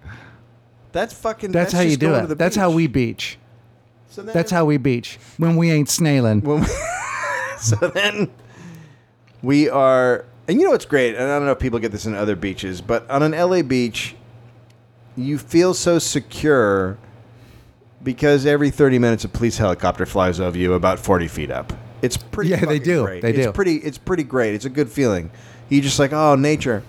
That's fucking.
That's, how you
just
do
going to
it.
the
That's how
beach.
we beach.
So then,
That's how we beach when we ain't snailing.
So then, we are, and you know what's great? And I don't know if people get this in other beaches, but on an LA beach, you feel so secure because every 30 minutes a police helicopter flies over you about 40 feet up. It's pretty.
Yeah, they
fucking
do.
Great.
They
it's
do.
Pretty. It's pretty great. It's a good feeling. You just like, oh, nature.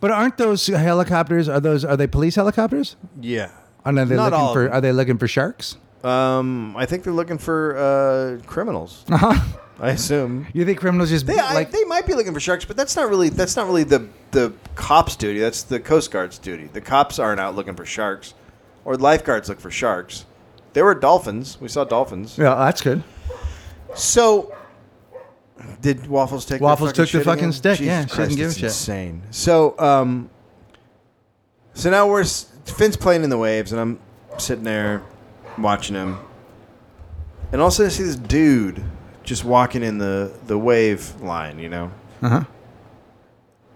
But aren't those helicopters? Are those are they police helicopters?
Yeah.
Are they
Not
looking
all of
for?
them.
Are they looking for sharks?
Um, I think they're looking for uh, criminals.
Uh-huh.
I assume.
You think criminals just
They, I-
like?
they might be looking for sharks, but that's not really that's not really the the cops' duty. That's the Coast Guard's duty. The cops aren't out looking for sharks, or lifeguards look for sharks. There were dolphins. We saw dolphins.
yeah, that's good.
So, did Waffles take
Waffles
their
took the
shit
fucking
again?
stick,
Jesus
yeah, she
Christ,
didn't give a
it's
shit.
Insane. So, um, so now we're s- Finn's playing in the waves, and I'm sitting there watching him, and also I see this dude just walking in the the wave line, you know,
Uh huh.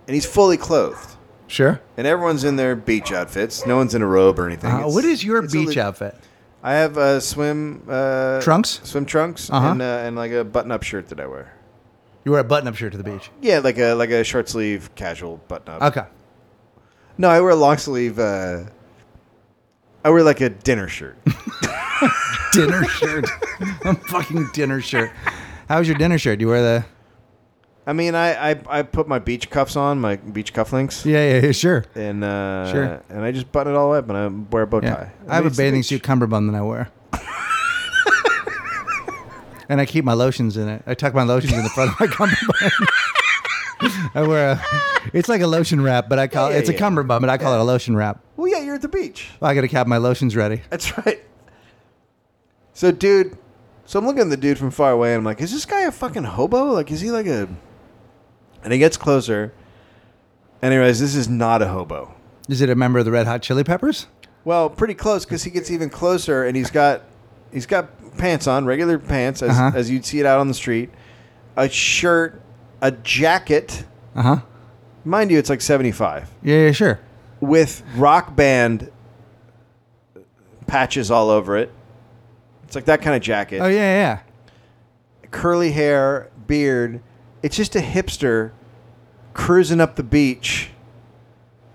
and he's fully clothed.
Sure.
And everyone's in their beach outfits. No one's in a robe or anything.
Uh,
It's-
what is your
it's
beach
a le-
outfit?
I have uh, swim uh,
Trunks?
swim trunks,
Uh-huh.
and uh, and like a button-up shirt that I wear.
You wear a button-up shirt to the beach.
Yeah, like a like a short sleeve casual button up.
Okay.
No, I wear a long sleeve. Uh, I wear like a dinner shirt.
Dinner shirt. I'm fucking dinner shirt. How's your dinner shirt? Do you wear the?
I mean, I, I I put my beach cuffs on, my beach cufflinks,
Yeah, yeah, yeah sure.
and uh,
Sure.
and I just button it all up, and I wear a bow tie.
Yeah. I have
mean,
a
it's the
bathing
beach.
suit cummerbund that I wear. and I keep my lotions in it. I tuck my lotions in the front of my cummerbund. I wear a. It's like a lotion wrap, but I call
Yeah, yeah,
it's a
yeah.
cummerbund, but I call it a lotion wrap.
Well, yeah, you're at the beach.
I gotta have my lotions ready.
That's right. So, dude, so I'm looking at the dude from far away, and I'm like, is this guy a fucking hobo? Like, is he like a. And he gets closer, and he realizes this is not a hobo.
Is it a member of the Red Hot Chili Peppers?
Well, pretty close because he gets even closer, and he's got he's got pants on, regular pants, as,
Uh-huh.
as you'd see it out on the street, a shirt, a jacket.
Uh huh.
Mind you, it's like 75
Yeah, yeah, sure.
with rock band patches all over it. It's like that kind of jacket.
Oh yeah, yeah.
curly hair, beard. It's just a hipster cruising up the beach,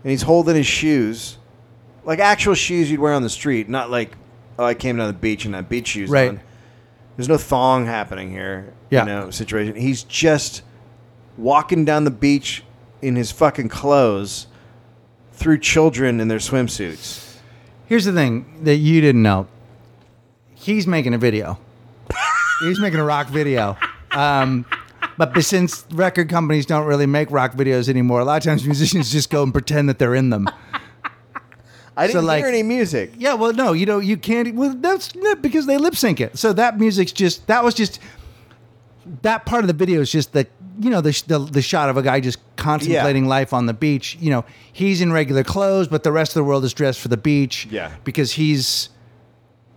and he's holding his shoes, like actual shoes you'd wear on the street, not like oh I came down the beach and I had beach shoes
Right.
on. There's no thong happening here.
Yeah.
You know, situation. He's just walking down the beach in his fucking clothes through children in their swimsuits.
Here's the thing that you didn't know. He's making a video. He's making a rock video. Um, but b- since record companies don't really make rock videos anymore, a lot of times musicians just go and pretend that they're in them.
I didn't
like-
hear any music.
Yeah, well, no, you know, you can't. e, Well, that's not because they lip sync it. So that music's just that was just that part of the video is just the you know the sh- the, the shot of a guy just contemplating life on the beach. You know, he's in regular clothes, but the rest of the world is dressed for the beach.
Yeah.
because he's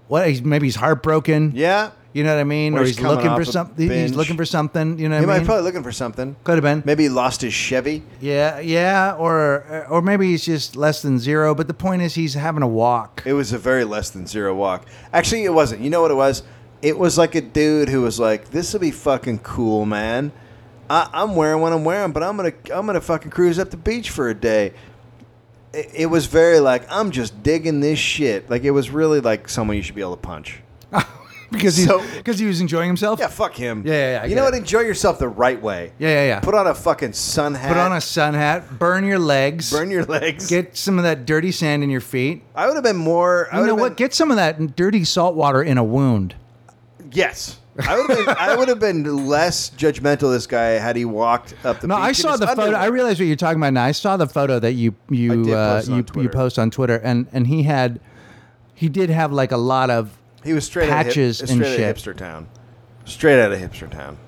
what? He's, maybe he's heartbroken.
Yeah.
you know what I mean,
Or
or
he's
he's,
coming
looking
off
for
a
something. He's
binge.
looking for something. You know
He
what I
might
mean?
be probably looking for something.
Could have been.
Maybe he lost his Chevy.
Yeah, yeah, or or maybe he's just less than zero. But the point is, he's having a walk.
It was a very less than zero walk. Actually, it wasn't. You know what it was? It was like a dude who was like, "This will be fucking cool, man. I, I'm wearing what I'm wearing, but I'm gonna I'm gonna fucking cruise up the beach for a day." It, it was very like, "I'm just digging this shit." Like it was really like someone you should be able to punch.
because he's
So-
because he was enjoying himself.
Yeah, fuck him.
Yeah, yeah, yeah, I
you
get
know what?
it.
Enjoy yourself the right way.
yeah, yeah, yeah.
Put on a fucking sun hat.
Put on a sun hat, burn your legs,
burn your legs.
get some of that dirty sand in your feet.
I would have been more. I
You
would
know
have
what?
Been,
Get some of that dirty salt water in a wound.
yes. I would have been, I would have been less judgmental of this guy had he walked up the.
No,
beach
I
in
saw
his
the photo.
underwear.
I realize what you're talking about now. I saw the photo that you
did
you uh,
post it on
you, you
Twitter.
post on Twitter, and and he had he did have like a lot of
He was straight
patches
out of
and
hip, straight out of hipster
shit.
town. Straight out of hipster town.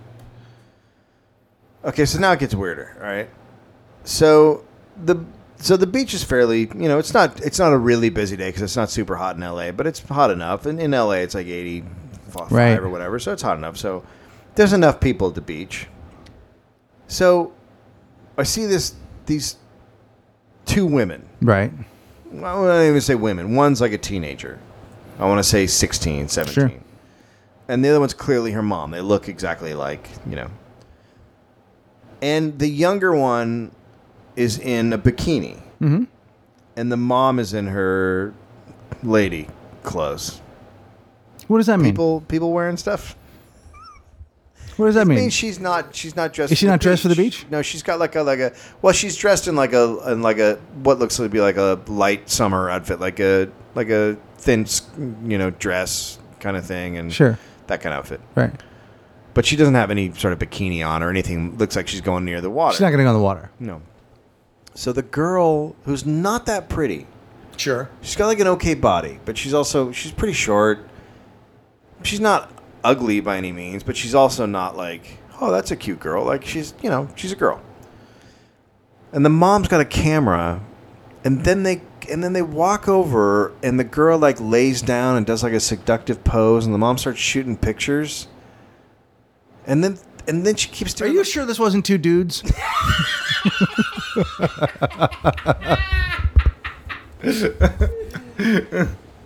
Okay, so now it gets weirder. All right, so the so the beach is fairly you know it's not it's not a really busy day because it's not super hot in L.A. but it's hot enough and in L.A. it's like eighty five
Right.
or whatever so it's hot enough so there's enough people at the beach. So I see this these two women
right.
I wouldn't even say women. One's like a teenager. I want to say 16, 17.
Sure.
And the other one's clearly her mom. They look exactly like, you know. And the younger one is in a bikini. Mm-hmm. And the mom is in her lady clothes.
What does that mean?
People people wearing stuff.
what does that
I
mean?
mean, she's not she's not dressed.
Is she
for the
not dressed for the beach?
No, she's got like a like a well, she's dressed in like a in like a what looks to be like a light summer outfit, like a like a thin s- you know dress kind of thing, and
Sure.
that kind of outfit.
right.
But she doesn't have any sort of bikini on or anything. Looks like she's going near the water.
She's not going to go in the water.
no. So the girl who's not that pretty,
Sure.
she's got like an okay body, but she's also she's pretty short. She's not ugly by any means, but she's also not like, oh, that's a cute girl. Like she's, you know, she's a girl. And the mom's got a camera, and then they and then they walk over and the girl like lays down and does like a seductive pose and the mom starts shooting pictures. And then and then she keeps
Are
doing
you sure this wasn't two dudes?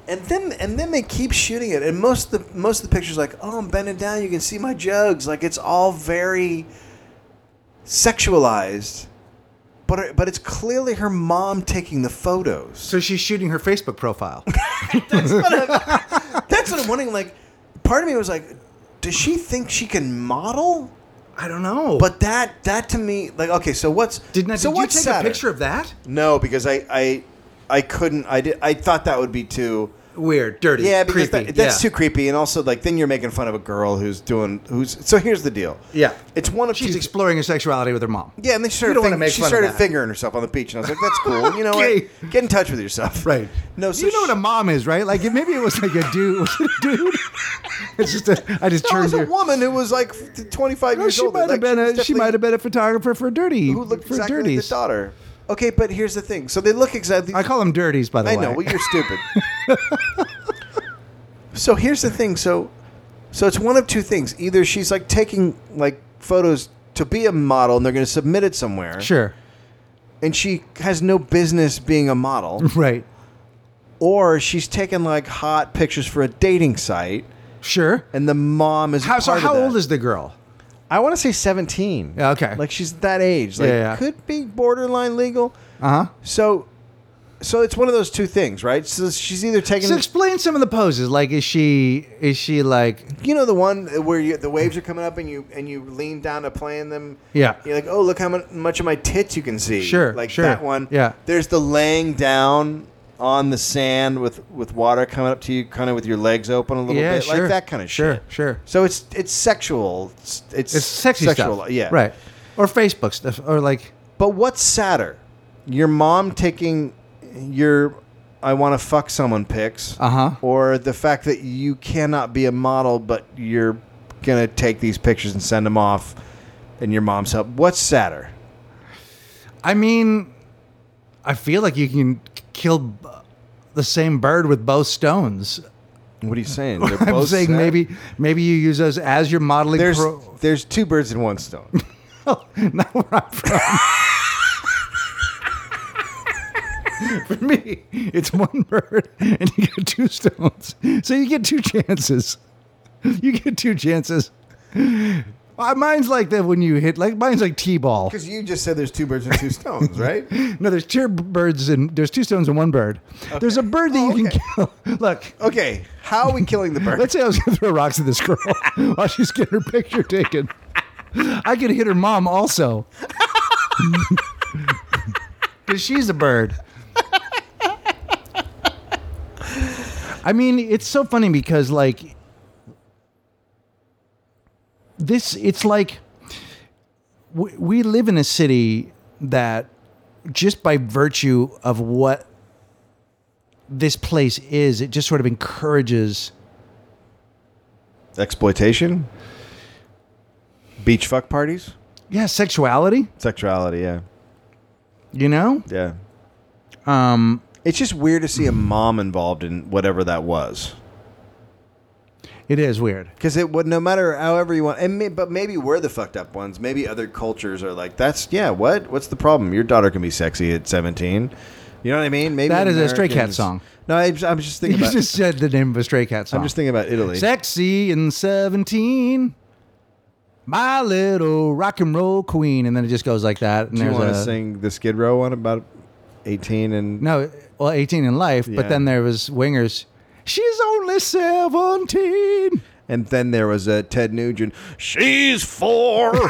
And then and then they keep shooting it, and most of the most of the pictures like, oh, I'm bending down, you can see my jugs. Like it's all very sexualized, but uh, but it's clearly her mom taking the photos.
so she's shooting her Facebook profile.
That's what I'm wondering. Like, part of me was like, does she think she can model?
I don't know.
But that that to me, like, okay, so what's
didn't I,
so
did you
what's
take
sadder?
a picture of that?
No, because I I I couldn't. I did. I thought that would be too.
Weird, dirty,
Yeah, because
creepy.
that, that's
yeah.
too creepy, and also like then you're making fun of a girl who's doing who's. So here's the deal.
Yeah.
it's one of
She's
two.
exploring her sexuality with her mom.
yeah, and then she started.
don't wanna
fing-
make
she
fun of
started
that.
fingering herself on the beach, and I was like, "That's cool. You know
Okay.
what? Get in touch with yourself."
Right.
No, so
you know what
she-
a mom is, right? Like it, maybe it was like a dude. Was it a dude? It's just a, I just
No, it
turned
was a
your.
woman who was like 25
No,
years
she
old.
might have
Like,
been
was
a she
definitely-
might have been a photographer for dirty
who looked
for
exactly like
dirties.
the daughter. Okay, but here's the thing. So they look exactly.
I call them dirties, by the
I
way.
know. Well, you're stupid. so here's the thing. So, so it's one of two things. Either she's like taking like photos to be a model, and they're going to submit it somewhere.
sure,
And she has no business being a model,
right,
or she's taking like hot pictures for a dating site,
sure.
and the mom is. a
How so?
part of
How
that.
old is the girl?
I want to say seventeen.
Yeah, okay.
Like she's that age. Like
Yeah, yeah.
could be borderline legal.
Uh huh.
So, so it's one of those two things, right? So she's either taking.
So explain some of the poses. Like, is she is she like
You know the one where you, the waves are coming up and you and you lean down to play in them.
Yeah.
You're like, oh, look how mu- much of my tits you can see.
Sure,
Like
sure.
that one.
Yeah.
There's the laying down on the sand with with water coming up to you, kind of with your legs open a little
yeah,
bit,
sure.
like that kind of
sure,
shit.
sure.
So it's it's sexual. It's it's,
It's sexy
sexual,
stuff.
Yeah.
right. Or Facebook stuff, or like
But what's sadder, your mom taking your "I want to fuck someone" pics,
Uh-huh.
or the fact that you cannot be a model but you're gonna take these pictures and send them off, and your mom's help. What's sadder?
I mean, I feel like you can k- kill b- the same bird with both stones.
What are you saying? They're
I'm
both
saying
sad?
maybe maybe you use those as your modeling.
there's
pro-
there's two birds in one stone.
not where I'm from. For me, it's one bird and you get two stones. So you get two chances. You get two chances. Uh, Mine's like that when you hit, like mine's like t-ball.
Because you just said there's two birds and two stones, right?
No, there's two birds and there's two stones and one bird. There's a bird that you
okay.
can kill. Look,
Okay, how are we killing the bird?
Let's say I was gonna throw rocks at this girl while she's getting her picture taken. I could hit her mom also. Because she's a bird. I mean, it's so funny because like this it's like we, we live in a city that just by virtue of what this place is, it just sort of encourages
Exploitation, beach fuck parties,
yeah sexuality.
sexuality. Yeah,
You know,
yeah.
um,
It's just weird to see a mom involved in whatever that was.
it is weird.
Because it would, no matter however you want, and may, but maybe we're the fucked up ones. Maybe other cultures are like, that's yeah. What? What's the problem? Your daughter can be sexy at seventeen. You know what I mean? Maybe
That is a Stray Cat
Americans-
song.
No, I, I'm just
You
thinking about.
just said the name of a Stray Cat song.
I'm just thinking about Italy.
Sexy and 17. My little rock and roll queen. And then it just goes like that. And
Do you
there's
want to
a-
sing the Skid Row one about eighteen and
No, well, 18 in life.
Yeah.
But then there was Wingers. She's only 17.
and then there was a Ted Nugent. She's four.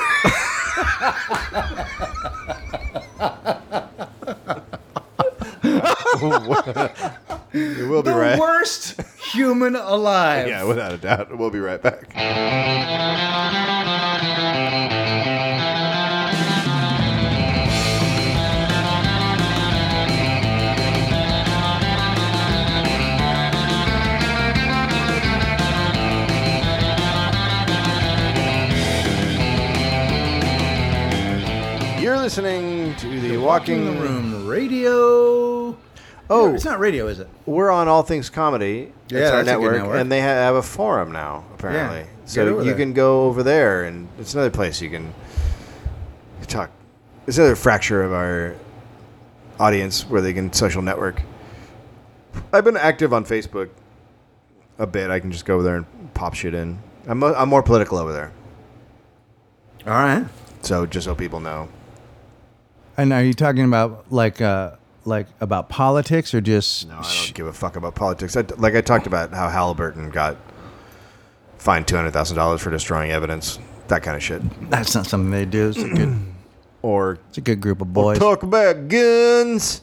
you will be right.
worst human alive.
Yeah, without a doubt. We'll be right back. You're listening to the Walking,
Walking the Room Radio.
Oh,
It's not radio, is it?
we're on All Things Comedy.
Yeah,
it's our
that's a good
network,
network.
and they ha- have a forum now apparently.
Yeah, get
so
over
you
there.
can go over there, and it's another place you can talk. It's another fracture of our audience where they can social network. I've been active on Facebook a bit. I can just go over there and pop shit in. I'm, mo- I'm more political over there,
All right.
so just so people know.
And are you talking about like, uh, like about politics or just
No, I don't give a fuck about politics. I, like I talked about how Halliburton got fined two hundred thousand dollars for destroying evidence, that kind of shit.
that's not something they do. It's a good,
Or
it's a good group of boys.
talk about guns.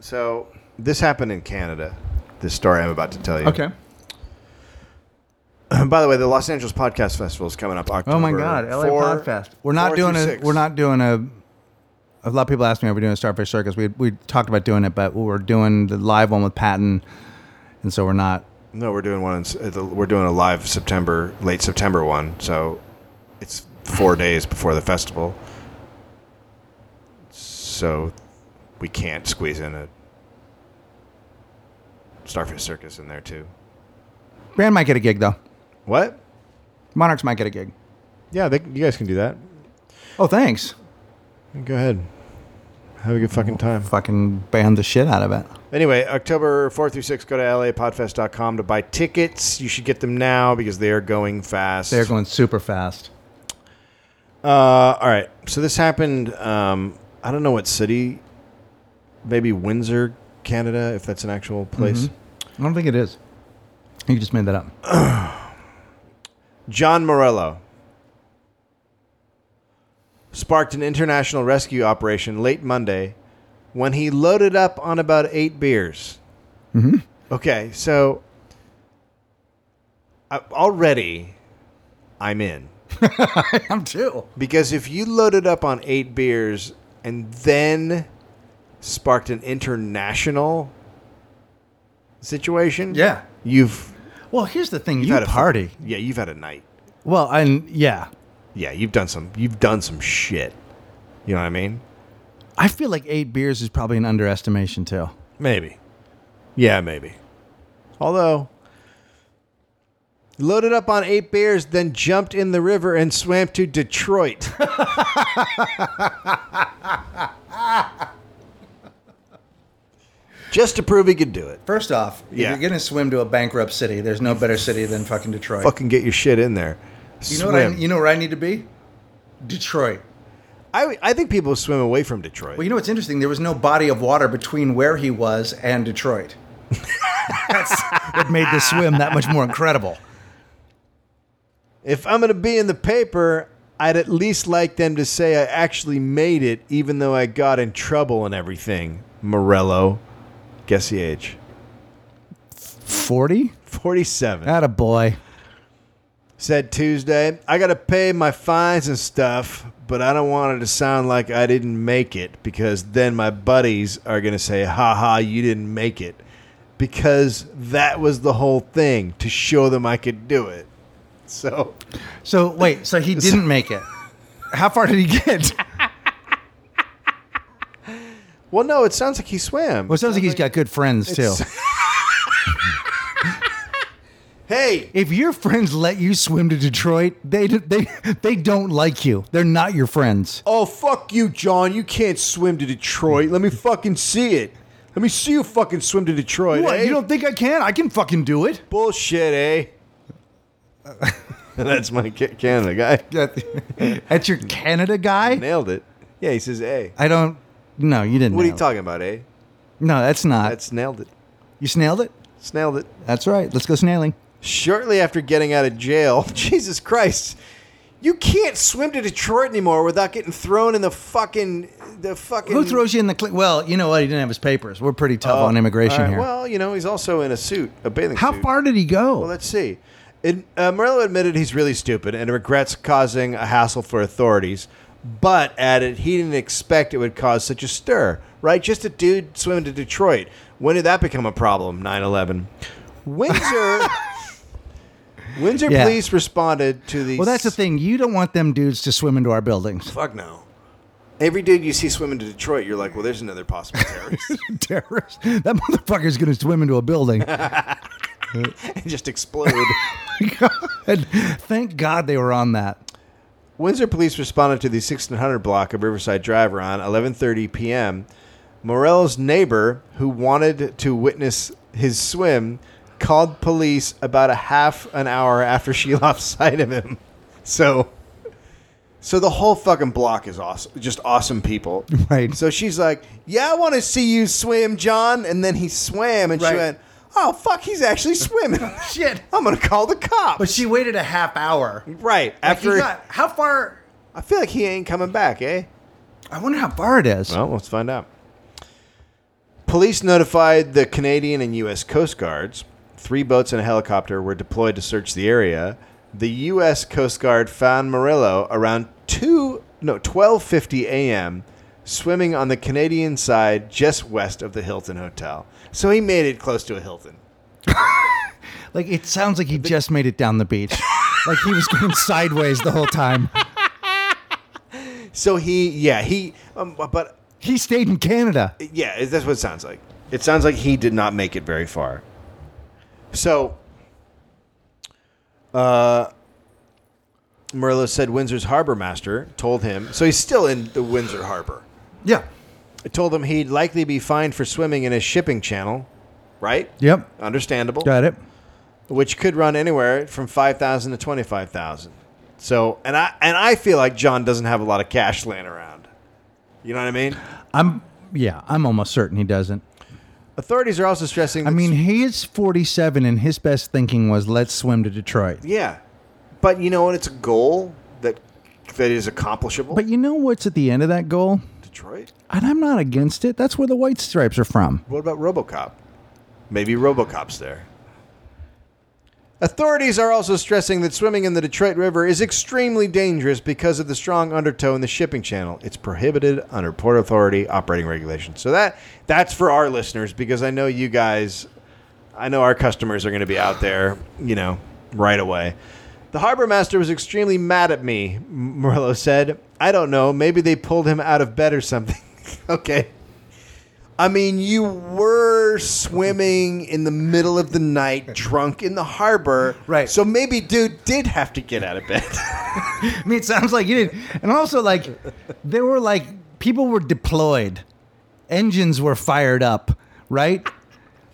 So this happened in Canada. This story I'm about to tell you.
Okay.
By the way, the Los Angeles Podcast Festival is coming up October.
Oh my God, LA
four-
Podfest. We're not
four
doing
through
a.
six.
We're not doing a. A lot of people ask me, "Are we doing a Starfish Circus?" We we talked about doing it, but we're doing the live one with Patton, and so we're not.
No, we're doing one. In, s- uh, the- we're doing a live September, late September one. So it's four days before the festival. So we can't squeeze in a Starfish Circus in there too.
Brand might get a gig though.
What?
Monarchs might get a gig.
Yeah, they, you guys can do that.
Oh, thanks.
Go ahead. Have a good fucking time.
Fucking ban the shit out of it.
Anyway, October 4th through 6th, go to lapodfest.com to buy tickets. You should get them now because they are going fast.
They're going super fast.
Uh, all right. So this happened. Um, I don't know what city. Maybe Windsor, Canada, if that's an actual place.
I don't think it is. You just made that up.
John Morello sparked an international rescue operation late Monday when he loaded up on about eight beers. Mm-hmm. Okay, so I, already I'm in.
I'm too.
Because if you loaded up on eight beers and then sparked an international situation,
Yeah.
you've
Well, here's the thing.
you've
You
had a
party.
yeah, you've had a night.
well, and yeah,
Yeah, you've done some. You've done some shit. You know what I mean?
I feel like eight beers is probably an underestimation too.
Maybe. Yeah, maybe. Although, loaded up on eight beers, then jumped in the river and swam to Detroit. Just to prove he could do it.
First off,
Yeah.
if you're gonna swim to a bankrupt city, there's no better city than fucking Detroit.
Fucking get your shit in there.
you know what I,
Swim.
you know where I need to be? Detroit.
I, I think people swim away from Detroit.
Well, you know what's interesting? There was no body of water between where he was and Detroit. That's what made the swim that much more incredible.
If I'm going to be in the paper, I'd at least like them to say I actually made it, even though I got in trouble and everything. Morello. Guess the age.
Forty?
47.
That a boy.
said Tuesday, I got to pay my fines and stuff, but I don't want it to sound like I didn't make it because then my buddies are going to say, ha ha, you didn't make it. Because that was the whole thing to show them I could do it. So
So wait, so he didn't make it. How far did he get?
Well, no, it sounds like he swam.
Well, it sounds like he's got good friends too.
hey,
If your friends let you swim to Detroit, they d- they they don't like you. They're not your friends.
oh fuck you, John. You can't swim to Detroit. Let me fucking see it. Let me see you fucking swim to Detroit.
What?
eh?
You don't think I can? I can fucking do it.
bullshit, eh? That's my Ca- Canada guy.
That's your Canada guy.
Nailed it. Yeah, he says, "Hey,
I don't. No, you didn't.
what are
nail
you
it.
talking about, eh?"
No, that's not.
That's nailed it.
you snailed it.
It's nailed it.
That's right. Let's go snailing.
Shortly after getting out of jail, Jesus Christ, you can't swim to Detroit anymore without getting thrown in the fucking the fucking.
Who throws you in the cl- well? You know what? He didn't have his papers. We're pretty tough
Oh,
on immigration
all right.
here.
Well, you know, he's also in a suit, a bathing
How
suit.
far did he go?
Well, let's see. In, uh, Morello admitted he's really stupid and regrets causing a hassle for authorities, but added he didn't expect it would cause such a stir, right? Just a dude swimming to Detroit. When did that become a problem? 9 11. Windsor. Windsor
Yeah.
police responded to the.
Well, that's the
s-
thing. You don't want them dudes to swim into our buildings.
Fuck no. Every dude you see swimming to Detroit, you're like, well, there's another possible terrorist.
Terrorist. That motherfucker's going to swim into a building.
and just explode.
God. Thank God they were on that.
Windsor police responded to the 1600 block of Riverside Drive around 11:30 p.m. Morell's neighbor, who wanted to witness his swim, called police about a half an hour after she lost sight of him. So, so the whole fucking block is awesome, just awesome people.
Right.
So she's like, "Yeah, I want to see you swim, John," and then he swam, and she
Right.
went, "Oh fuck, he's actually swimming."
Shit.
I'm gonna call the cops.
But she waited a half hour.
right after,
how far?
I feel like he ain't coming back, eh?
I wonder how far it is.
Well, let's find out. Police notified the Canadian and U.S. Coast Guards. Three boats and a helicopter were deployed to search the area. The U.S. Coast Guard found Murillo around two no twelve fifty a.m. swimming on the Canadian side just west of the Hilton Hotel. So he made it close to a Hilton.
like it sounds like he just made it down the beach. like he was going sideways the whole time.
So he yeah he um, but
He stayed in Canada.
Yeah, it- that's what it sounds like. It sounds like he did not make it very far. So, uh, Merlo said Windsor's harbor master told him. So he's still in the Windsor harbor.
Yeah.
Told him he'd likely be fined for swimming in a shipping channel, right?
Yep.
Understandable.
Got it.
Which could run anywhere from five thousand to twenty-five thousand. So, and I and I feel like John doesn't have a lot of cash laying around. You know what I mean?
I'm. Yeah, I'm almost certain he doesn't.
Authorities are also stressing.
I
that
mean, he is 47, and his best thinking was, "Let's swim to Detroit."
Yeah, but you know what? It's a goal that that is accomplishable.
But you know what's at the end of that goal?
Detroit.
And I'm not against it. That's where the white stripes are from.
What about RoboCop? Maybe RoboCop's there. Authorities are also stressing that swimming in the Detroit River is extremely dangerous because of the strong undertow in the shipping channel. It's prohibited under Port Authority operating regulations. So that that's for our listeners because I know you guys I know our customers are going to be out there, you know, right away. The harbor master was extremely mad at me, Murillo said. I don't know. Maybe they pulled him out of bed or something. okay. I mean, you were swimming in the middle of the night, drunk in the harbor.
Right.
So maybe dude did have to get out of bed.
I mean, it sounds like you did. And also, like, there were like people were deployed, engines were fired up, right?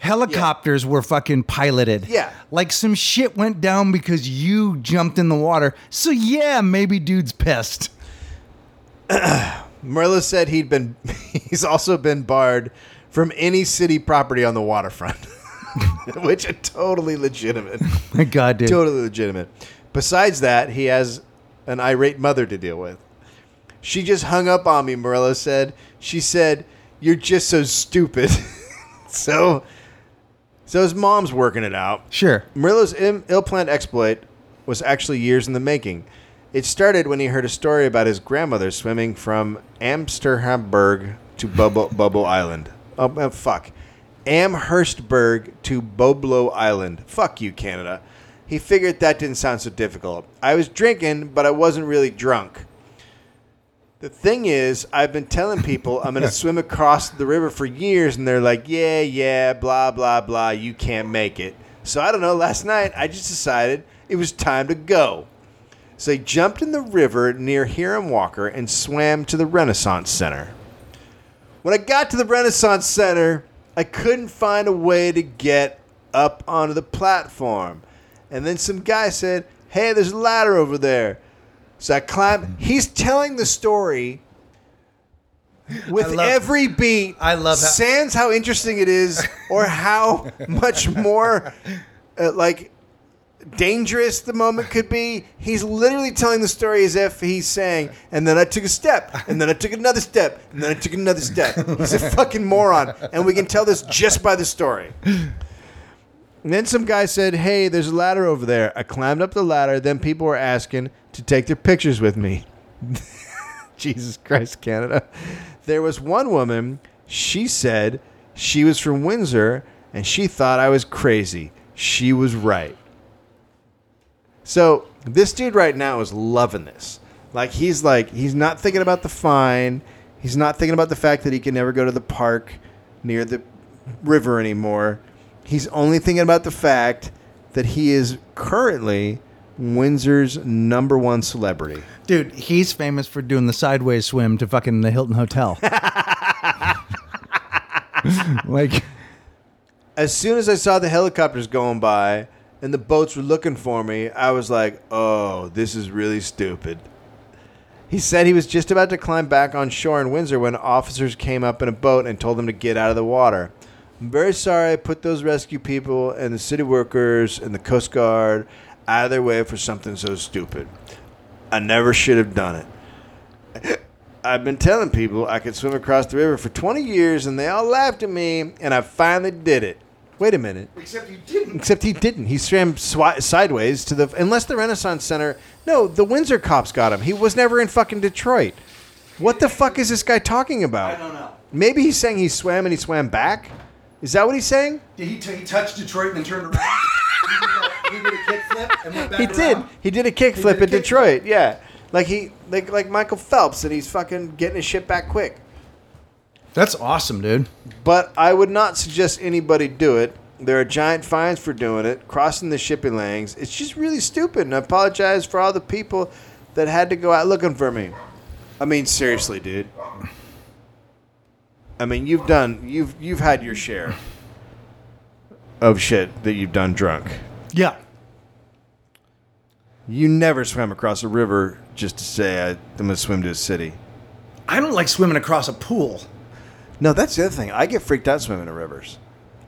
Helicopters were fucking piloted.
Yeah.
Like some shit went down because you jumped in the water. So yeah, maybe dude's pissed.
Murillo said he'd been he's also been barred from any city property on the waterfront. Which are totally legitimate.
My God, dude.
totally legitimate. Besides that, he has an irate mother to deal with. She just hung up on me, Murillo said. She said, You're just so stupid. so so his mom's working it out.
Sure.
Murillo's Im- ill-planned exploit was actually years in the making. It started when he heard a story about his grandmother swimming from Amsterdamberg to Bubble, Bubble Island. Oh, oh, fuck. Amherstburg to Boblo Island. Fuck you, Canada. He figured that didn't sound so difficult. I was drinking, but I wasn't really drunk. The thing is, I've been telling people I'm going to swim across the river for years, and they're like, yeah, yeah, blah, blah, blah, you can't make it. So I don't know, last night I just decided it was time to go. So I jumped in the river near Hiram Walker and swam to the Renaissance Center. When I got to the Renaissance Center, I couldn't find a way to get up onto the platform. And then some guy said, Hey, there's a ladder over there. So I climbed. He's telling the story with
love-
every beat.
I love how-
Sans how interesting it is or how much more uh, like dangerous the moment could be. He's literally telling the story as if he's saying, and then I took a step, and then I took another step, and then I took another step. He's a fucking moron, and we can tell this just by the story. And then some guy said, Hey, there's a ladder over there. I climbed up the ladder, then people were asking to take their pictures with me. Jesus Christ, Canada. There was one woman, she said she was from Windsor and she thought I was crazy. She was right. So this dude right now is loving this. Like he's like he's not thinking about the fine. He's not thinking about the fact that he can never go to the park near the river anymore. He's only thinking about the fact that he is currently Windsor's number one celebrity.
Dude, he's famous for doing the sideways swim to fucking the Hilton Hotel. like,
as soon as I saw the helicopters going by and the boats were looking for me, I was like, oh, this is really stupid. He said he was just about to climb back on shore in Windsor when officers came up in a boat and told him to get out of the water. I'm very sorry I put those rescue people and the city workers and the Coast Guard out of their way for something so stupid. I never should have done it. I've been telling people I could swim across the river for 20 years and they all laughed at me and I finally did it. Wait a minute.
except you didn't.
Except he didn't. He swam swi- sideways to the. Unless the Renaissance Center. No, the Windsor cops got him. He was never in fucking Detroit. What the fuck is this guy talking about? I don't know. Maybe he's saying he swam and he swam back? Is that what he's saying?
He, he touched Detroit and then turned around. he did a kickflip and went back
He did. He did a kickflip
did a
at
kickflip.
Detroit. Yeah. Like he like like Michael Phelps and he's fucking getting his shit back quick.
That's awesome, dude.
But I would not suggest anybody do it. There are giant fines for doing it, crossing the shipping lanes. It's just really stupid, and I apologize for all the people that had to go out looking for me. I mean, seriously, dude. I mean, you've done you've you've had your share of shit that you've done drunk.
Yeah.
You never swam across a river just to say I, I'm gonna swim to a city.
I don't like swimming across a pool.
No, that's the other thing. I get freaked out swimming in rivers.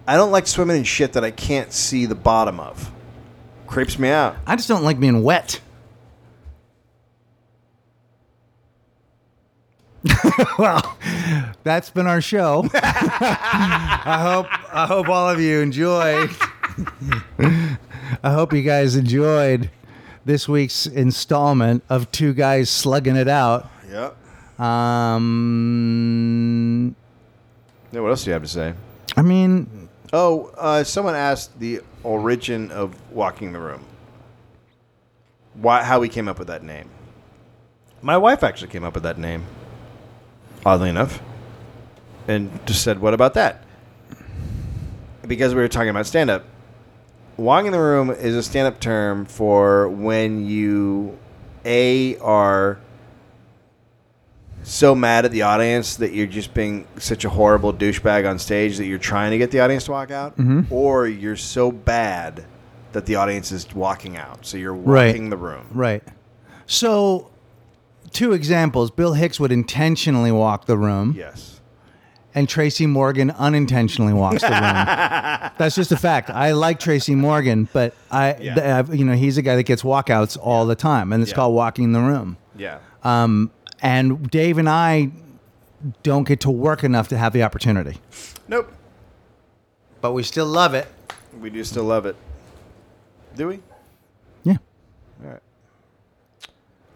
I don't like swimming in shit that I can't see the bottom of. Creeps me out.
I just don't like being wet. well, that's been our show. I hope I hope all of you enjoyed. I hope you guys enjoyed this week's installment of two guys slugging it out.
Yep.
Um,
Yeah, what else do you have to say?
I mean,
Oh, uh, someone asked the origin of Walking the Room. Why, how we came up with that name. My wife actually came up with that name, oddly enough, and just said, What about that? Because we were talking about stand up. Walking the Room is a stand up term for when you, A, are so mad at the audience that you're just being such a horrible douchebag on stage that you're trying to get the audience to walk out, or you're so bad that the audience is walking out. So you're walking
Right.
the room.
right. So, two examples. Bill Hicks would intentionally walk the room.
Yes.
and Tracy Morgan unintentionally walks the room. That's just a fact. I like Tracy Morgan, but I,
Yeah.
th- I've- you know, he's a guy that gets walkouts all the time, and it's
Yeah.
called walking the room.
Yeah.
Um, and Dave and I don't get to work enough to have the opportunity,
nope.
but we still love it.
We do still love it. Do we?
Yeah,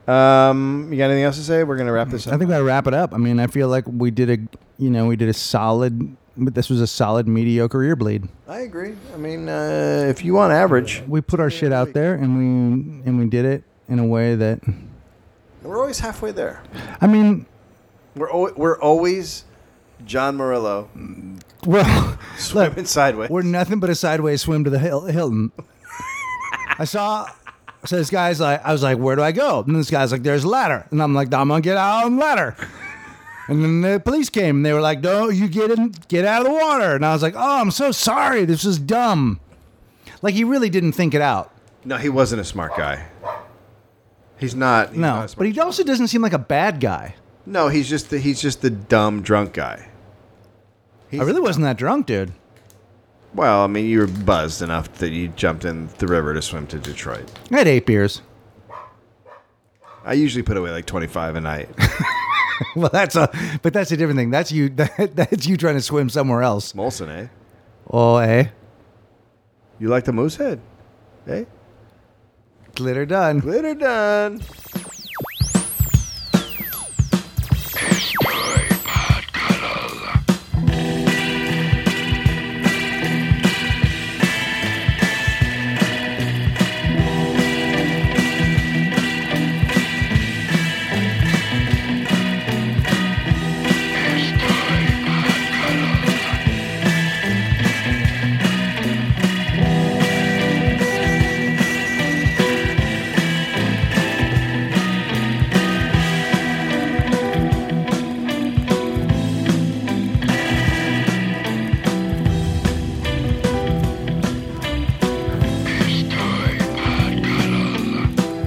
Um, you got anything else to say? We're gonna wrap this up.
I think we gotta wrap it up. I mean, I feel like we did a, you know, we did a solid. But this was a solid mediocre ear bleed.
I agree. I mean, uh, if you want average,
We put our shit out there, and we and we did it in a way that,
we're always halfway there.
I mean,
We're al- we're always John Murillo
well,
swimming sideways.
We're nothing but a sideways swim to the Hil- Hilton. I saw. So this guy's like, I was like, where do I go? And this guy's like, there's a ladder. And I'm like, I'm gonna get out on the ladder. And then the police came and they were like, no, you get in, get out of the water. And I was like, oh, I'm so sorry. This was dumb. Like he really didn't think it out.
no, he wasn't a smart guy. He's not. He's not
No,
a smart
but he also doesn't seem like a bad guy.
No, he's just the, he's just the dumb drunk guy.
I really wasn't that drunk, dude.
Well, I mean, you were buzzed enough that you jumped in the river to swim to Detroit.
I had eight beers.
I usually put away like twenty five a night.
well, that's a, but that's a different thing. That's you. That, that's you trying to swim somewhere else.
Molson, eh?
Oh, eh?
You like the moose head, eh?
Glitter done.
Glitter done.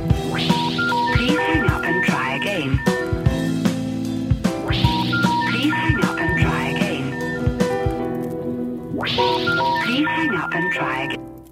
Please hang up and try again. Please hang up and try again. Please hang up and try again.